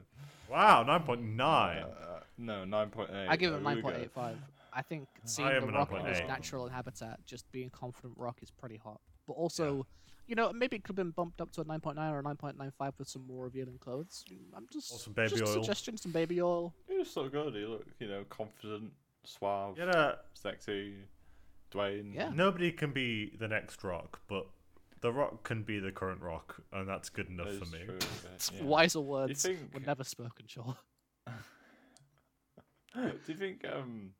Speaker 5: Wow, nine point nine.
Speaker 4: Uh, no, nine point eight.
Speaker 3: I give it 9.85. I think seeing
Speaker 5: am
Speaker 3: the
Speaker 5: a
Speaker 3: rock in his
Speaker 5: 9.8.
Speaker 3: natural habitat, just being confident rock is pretty hot. But also, you know, maybe it could have been bumped up to a 9.9 or a 9.95 with some more revealing clothes. I'm just
Speaker 5: Or some baby
Speaker 3: just a
Speaker 5: oil.
Speaker 3: suggestion, some baby oil.
Speaker 4: He was so good. He looked, you know, confident, suave,
Speaker 5: You know,
Speaker 4: sexy. Dwayne.
Speaker 3: Yeah.
Speaker 5: nobody can be the next Rock, but the Rock can be the current Rock, and that's good enough
Speaker 4: that's
Speaker 5: for me.
Speaker 4: true,
Speaker 3: It's
Speaker 4: yeah.
Speaker 3: (laughs) Wiser words were
Speaker 4: think-
Speaker 3: never spoken, sure.
Speaker 4: Uh, Do you think? um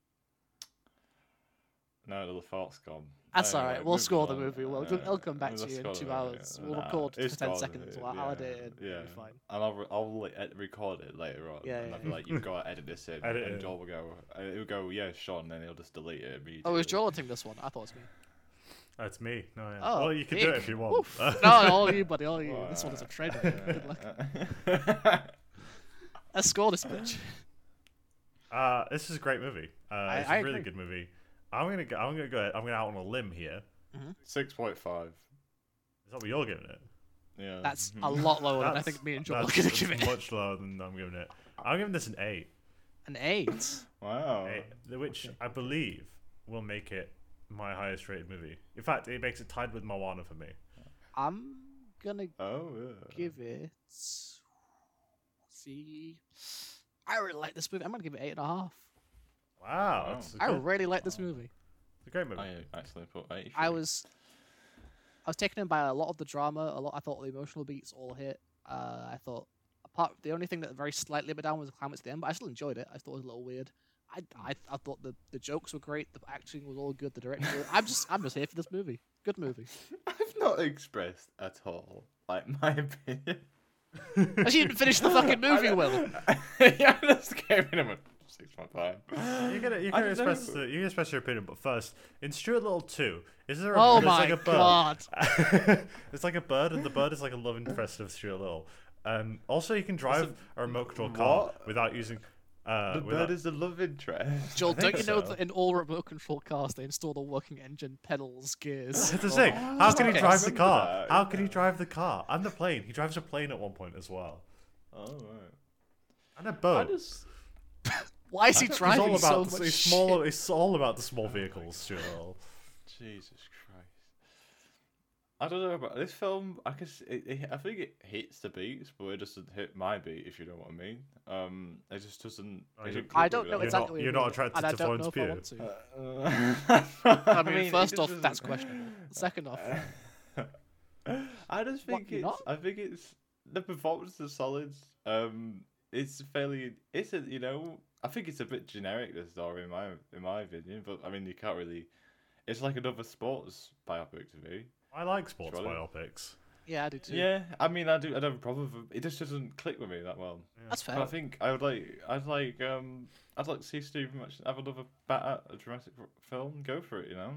Speaker 4: No, the thought's gone.
Speaker 3: That's
Speaker 4: Anyway,
Speaker 3: all right. We'll
Speaker 4: moving
Speaker 3: score the
Speaker 4: on.
Speaker 3: movie. We'll,
Speaker 4: Uh,
Speaker 3: I'll come back
Speaker 4: let's
Speaker 3: to you in
Speaker 4: score
Speaker 3: two
Speaker 4: the movie.
Speaker 3: hours. We'll
Speaker 4: Nah,
Speaker 3: record for
Speaker 4: it's
Speaker 3: 10
Speaker 4: gone,
Speaker 3: seconds.
Speaker 4: uh,
Speaker 3: We'll
Speaker 4: yeah,
Speaker 3: edit it. and
Speaker 4: Yeah,
Speaker 3: It'll be fine.
Speaker 4: and I'll re- I'll like, edit- record it later on.
Speaker 3: Yeah,
Speaker 4: and
Speaker 3: yeah.
Speaker 4: I'll be like, you've got to edit this in,
Speaker 5: Edit
Speaker 4: and
Speaker 5: it.
Speaker 4: Joel will go. uh, He'll go, yeah, Sean, and then he'll just delete it immediately.
Speaker 3: Oh, is Joel doing this one? I thought it was me.
Speaker 5: That's me. No, yeah.
Speaker 3: Oh,
Speaker 5: well, you can do it
Speaker 3: dick.
Speaker 5: if you want. (laughs)
Speaker 3: Oof. no, all you, buddy, all you. This one is
Speaker 4: (laughs)
Speaker 3: a traitor. Good luck.
Speaker 4: luck.
Speaker 3: Let's score this bitch.
Speaker 5: Uh, this is a great movie. Uh,
Speaker 3: I-
Speaker 5: it's a
Speaker 3: I
Speaker 5: really
Speaker 3: agree.
Speaker 5: good movie. I'm gonna go. I'm gonna go. I'm gonna out on a limb here.
Speaker 4: (laughs) Six point five.
Speaker 5: Is that what you're giving it?
Speaker 4: Yeah. Mm-hmm.
Speaker 3: That's a lot lower than Oh, I
Speaker 5: That's-
Speaker 3: think me and Joel are
Speaker 5: that's-
Speaker 3: going to
Speaker 5: that's
Speaker 3: give it.
Speaker 5: much lower than I'm giving it. I'm giving this an eight,
Speaker 3: An eight.
Speaker 4: Wow.
Speaker 5: eight which I believe will make it my highest rated movie. In fact, it makes it tied with Moana for me.
Speaker 3: I'm gonna
Speaker 4: Oh yeah.
Speaker 3: give it. See, I really like this movie. I'm gonna give it eight and a half.
Speaker 5: Wow,
Speaker 4: Wow.
Speaker 5: that's a,
Speaker 3: I
Speaker 5: good,
Speaker 3: really like this movie.
Speaker 5: it's a great movie.
Speaker 4: I actually put eighty.
Speaker 3: I was, I was taken in by a lot of the drama. A lot. I thought the emotional beats all hit. Uh, I thought apart the only thing that very slightly bit down was the climax at the end, but I still enjoyed it. I thought it was a little weird. I, I, I thought the, the jokes were great. The acting was all good. The direction. was- I'm just I'm just here for this movie. Good
Speaker 5: (laughs)
Speaker 3: movie.
Speaker 4: (laughs) I've not expressed at all like (laughs) my
Speaker 3: (laughs)
Speaker 4: opinion.
Speaker 3: But you didn't finish the fucking movie,
Speaker 5: (laughs)
Speaker 3: Will.
Speaker 4: yeah, I just came in and went six point five.
Speaker 5: You can, you
Speaker 4: I
Speaker 5: can
Speaker 4: don't
Speaker 5: express
Speaker 4: know.
Speaker 5: the, you can express your opinion, but first, in Stuart Little two, is there a,
Speaker 3: Oh
Speaker 5: there's
Speaker 3: my
Speaker 5: like a bird.
Speaker 3: god.
Speaker 5: (laughs) it's like a bird, and the bird is like a love interest of Stuart Little. Um, also, you can drive a remote control car
Speaker 4: what?
Speaker 5: without using. Uh,
Speaker 4: The
Speaker 5: without,
Speaker 4: bird is a love
Speaker 3: (laughs)
Speaker 4: interest.
Speaker 3: Joel,
Speaker 5: think
Speaker 3: don't you know
Speaker 5: so.
Speaker 3: that in all remote control cars they install the working engine pedals, gears?
Speaker 5: That's the thing. How can he
Speaker 3: okay.
Speaker 5: drive the
Speaker 4: Remember
Speaker 5: car?
Speaker 4: that,
Speaker 5: How can he drive the car and the plane? He drives a plane at one point as well,
Speaker 4: Oh right.
Speaker 5: and a
Speaker 4: I
Speaker 5: boat.
Speaker 4: just
Speaker 3: Why is he
Speaker 5: It's all
Speaker 3: driving
Speaker 5: about
Speaker 3: so
Speaker 5: the-
Speaker 3: much?
Speaker 5: it's
Speaker 3: shit?
Speaker 5: small. It's all about the small vehicles, Stuart Little.
Speaker 4: Jesus Christ. I don't know about this film. I guess it, it, I think it hits the beats, but it doesn't hit my beat. If you know what I mean. Um, it just doesn't.
Speaker 5: Oh,
Speaker 4: it
Speaker 5: you-
Speaker 4: didn't click
Speaker 3: I
Speaker 4: with
Speaker 3: don't
Speaker 4: me
Speaker 3: know
Speaker 4: that
Speaker 5: exactly
Speaker 3: exactly.
Speaker 5: not- you're not attracted
Speaker 3: and I
Speaker 5: to
Speaker 3: don't know
Speaker 5: Florence
Speaker 3: if I want to.
Speaker 4: (laughs) much. Uh,
Speaker 3: I mean,
Speaker 4: it
Speaker 3: first
Speaker 4: just
Speaker 3: off, that's
Speaker 4: doesn't-
Speaker 3: questionable. (laughs)
Speaker 4: (laughs)
Speaker 3: Second off,
Speaker 4: I just
Speaker 3: What,
Speaker 4: think
Speaker 3: you're
Speaker 4: it's.
Speaker 3: not?
Speaker 4: I think it's the performance is solid. Um, it's fairly. It's a you know. I think it's a bit generic this story in my in my opinion, but I mean you can't really. It's like another sports biopic to me.
Speaker 5: I like sports
Speaker 4: Surely.
Speaker 5: biopics.
Speaker 3: yeah, I do too.
Speaker 4: Yeah, I mean I do. I don't have a problem with it. It just doesn't click with me that well.
Speaker 3: That's
Speaker 4: But I
Speaker 3: fair.
Speaker 4: think I would like. I'd like. Um, I'd like to see Stephen Merchant have another bat at a dramatic r- film. Go for it, you know.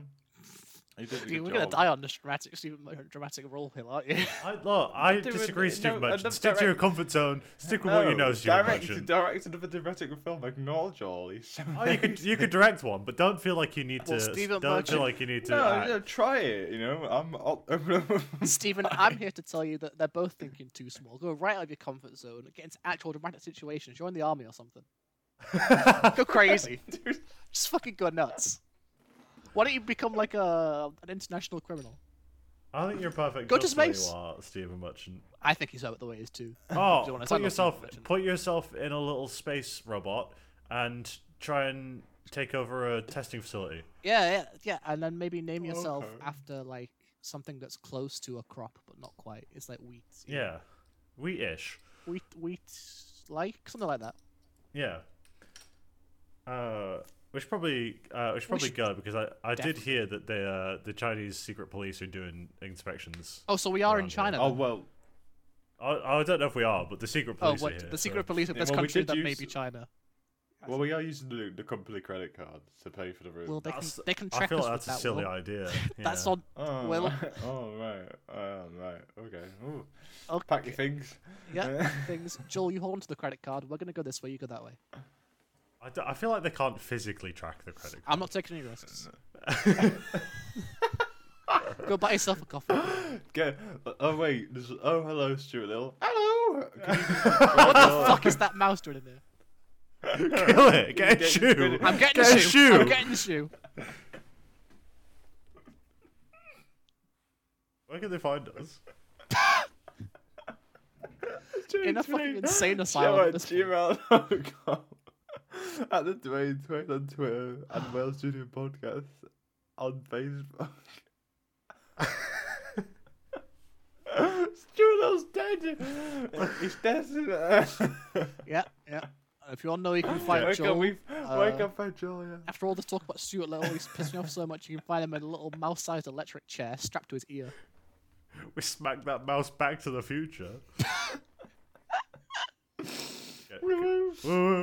Speaker 4: He did a
Speaker 3: Dude,
Speaker 4: good
Speaker 3: we're gonna
Speaker 4: job.
Speaker 3: die on this dramatic, stupid- dramatic role here, aren't
Speaker 5: (laughs)
Speaker 3: you?
Speaker 5: I, look, I
Speaker 4: Doing-
Speaker 5: disagree, Stephen
Speaker 4: no,
Speaker 5: Merchant.
Speaker 4: another
Speaker 5: Stick to your
Speaker 4: direct-
Speaker 5: comfort zone. Stick with what you know, Stephen
Speaker 4: direct,
Speaker 5: Merchant.
Speaker 4: direct another dramatic film. Acknowledge all (laughs) these.
Speaker 5: Oh,
Speaker 3: (laughs)
Speaker 5: you could you could direct one, but don't feel like you need to.
Speaker 3: Well, Stephen
Speaker 5: don't
Speaker 3: Merchant-
Speaker 5: feel like you need to.
Speaker 4: no,
Speaker 5: act.
Speaker 4: no, try it. You know, I'm. I'll, (laughs)
Speaker 3: Stephen, I'm here to tell you that they're both thinking too small. Go right out of your comfort zone, get into actual dramatic situations. You're in the army or
Speaker 5: (laughs)
Speaker 3: something. go crazy.
Speaker 4: Dude.
Speaker 3: Just fucking go nuts. Why don't you become like a an international criminal?
Speaker 5: I think you're perfect.
Speaker 3: Go to
Speaker 5: just the way
Speaker 3: space.
Speaker 5: You are, Stephen
Speaker 3: (laughs)
Speaker 5: Merchant.
Speaker 3: I think he's out the way is too. (laughs)
Speaker 5: Oh,
Speaker 3: Do you wanna sign
Speaker 5: put
Speaker 3: off, Stephen
Speaker 5: yourself
Speaker 3: Merchant?
Speaker 5: put yourself in a little space robot and try and take over a testing facility.
Speaker 3: Yeah, yeah, yeah. And then maybe name yourself
Speaker 4: Okay.
Speaker 3: after like something that's close to a crop but not quite. It's like wheat. you know?
Speaker 5: Yeah, we ish.
Speaker 3: Wheat, wheat, like something like that.
Speaker 5: Yeah. Uh, we should probably uh, we should probably
Speaker 3: should
Speaker 5: go because I, I did
Speaker 3: definitely-
Speaker 5: hear that the uh, the Chinese secret police are doing inspections.
Speaker 3: Oh, so we are in
Speaker 5: Around here.
Speaker 3: China.
Speaker 4: oh
Speaker 3: then.
Speaker 4: well.
Speaker 5: I, I don't know if we are, but the secret
Speaker 3: Oh,
Speaker 5: police are
Speaker 3: what,
Speaker 5: here,
Speaker 3: the
Speaker 5: so-
Speaker 3: secret police of
Speaker 4: Yeah,
Speaker 3: this
Speaker 4: well, we
Speaker 3: country
Speaker 4: did
Speaker 3: that may
Speaker 4: use-
Speaker 3: be China.
Speaker 4: Well, we are using the, the company credit card to pay for the room.
Speaker 3: Well, they can,
Speaker 5: That's-
Speaker 3: they can
Speaker 5: I
Speaker 3: track
Speaker 5: feel
Speaker 3: us
Speaker 5: like
Speaker 3: with
Speaker 5: that's
Speaker 3: that.
Speaker 5: a silly
Speaker 3: Will.
Speaker 5: idea.
Speaker 3: (laughs) That's
Speaker 5: yeah.
Speaker 3: on.
Speaker 4: oh,
Speaker 3: well-
Speaker 4: right. oh right, oh right, okay. Ooh.
Speaker 3: Okay.
Speaker 4: Pack your things.
Speaker 3: Yeah, things. Joel, you hold onto the credit card. We're gonna go this way. You go that way.
Speaker 5: I, d- I feel like they can't physically track the credit card.
Speaker 3: I'm not taking any
Speaker 5: (laughs)
Speaker 3: risks. go buy yourself a
Speaker 5: (laughs)
Speaker 3: coffee.
Speaker 4: Get. Oh wait. There's, oh hello, Stuart Little. Hello. Can you-
Speaker 3: what the fuck is that mouse doing in there?
Speaker 5: (laughs) Kill it. Get a
Speaker 4: Get-
Speaker 5: shoe.
Speaker 3: I'm getting
Speaker 5: Get
Speaker 3: a
Speaker 5: a
Speaker 3: shoe.
Speaker 5: shoe.
Speaker 3: I'm getting a shoe.
Speaker 5: Where can they find us?
Speaker 3: In a fucking insane asylum
Speaker 4: Show
Speaker 3: at
Speaker 4: at
Speaker 3: this point.
Speaker 4: (laughs) gmail.com. at the Dwayne Twain on Twitter
Speaker 3: (sighs)
Speaker 4: and Wales Junior Podcast on
Speaker 3: (laughs)
Speaker 4: Facebook. Stuart's dead. He's dead. isn't it?
Speaker 3: Yeah, yeah. And If you want to know, you can find
Speaker 4: Where
Speaker 3: Joel.
Speaker 4: can we? Where
Speaker 3: uh,
Speaker 4: can find Julia?
Speaker 3: After all this talk about Stuart Little, he's pissed me off so much. You can find him in a little mouse-sized electric chair strapped to his ear.
Speaker 5: We smacked that
Speaker 3: (laughs)
Speaker 5: mouse back to the future. Okay, okay. Wait, wait,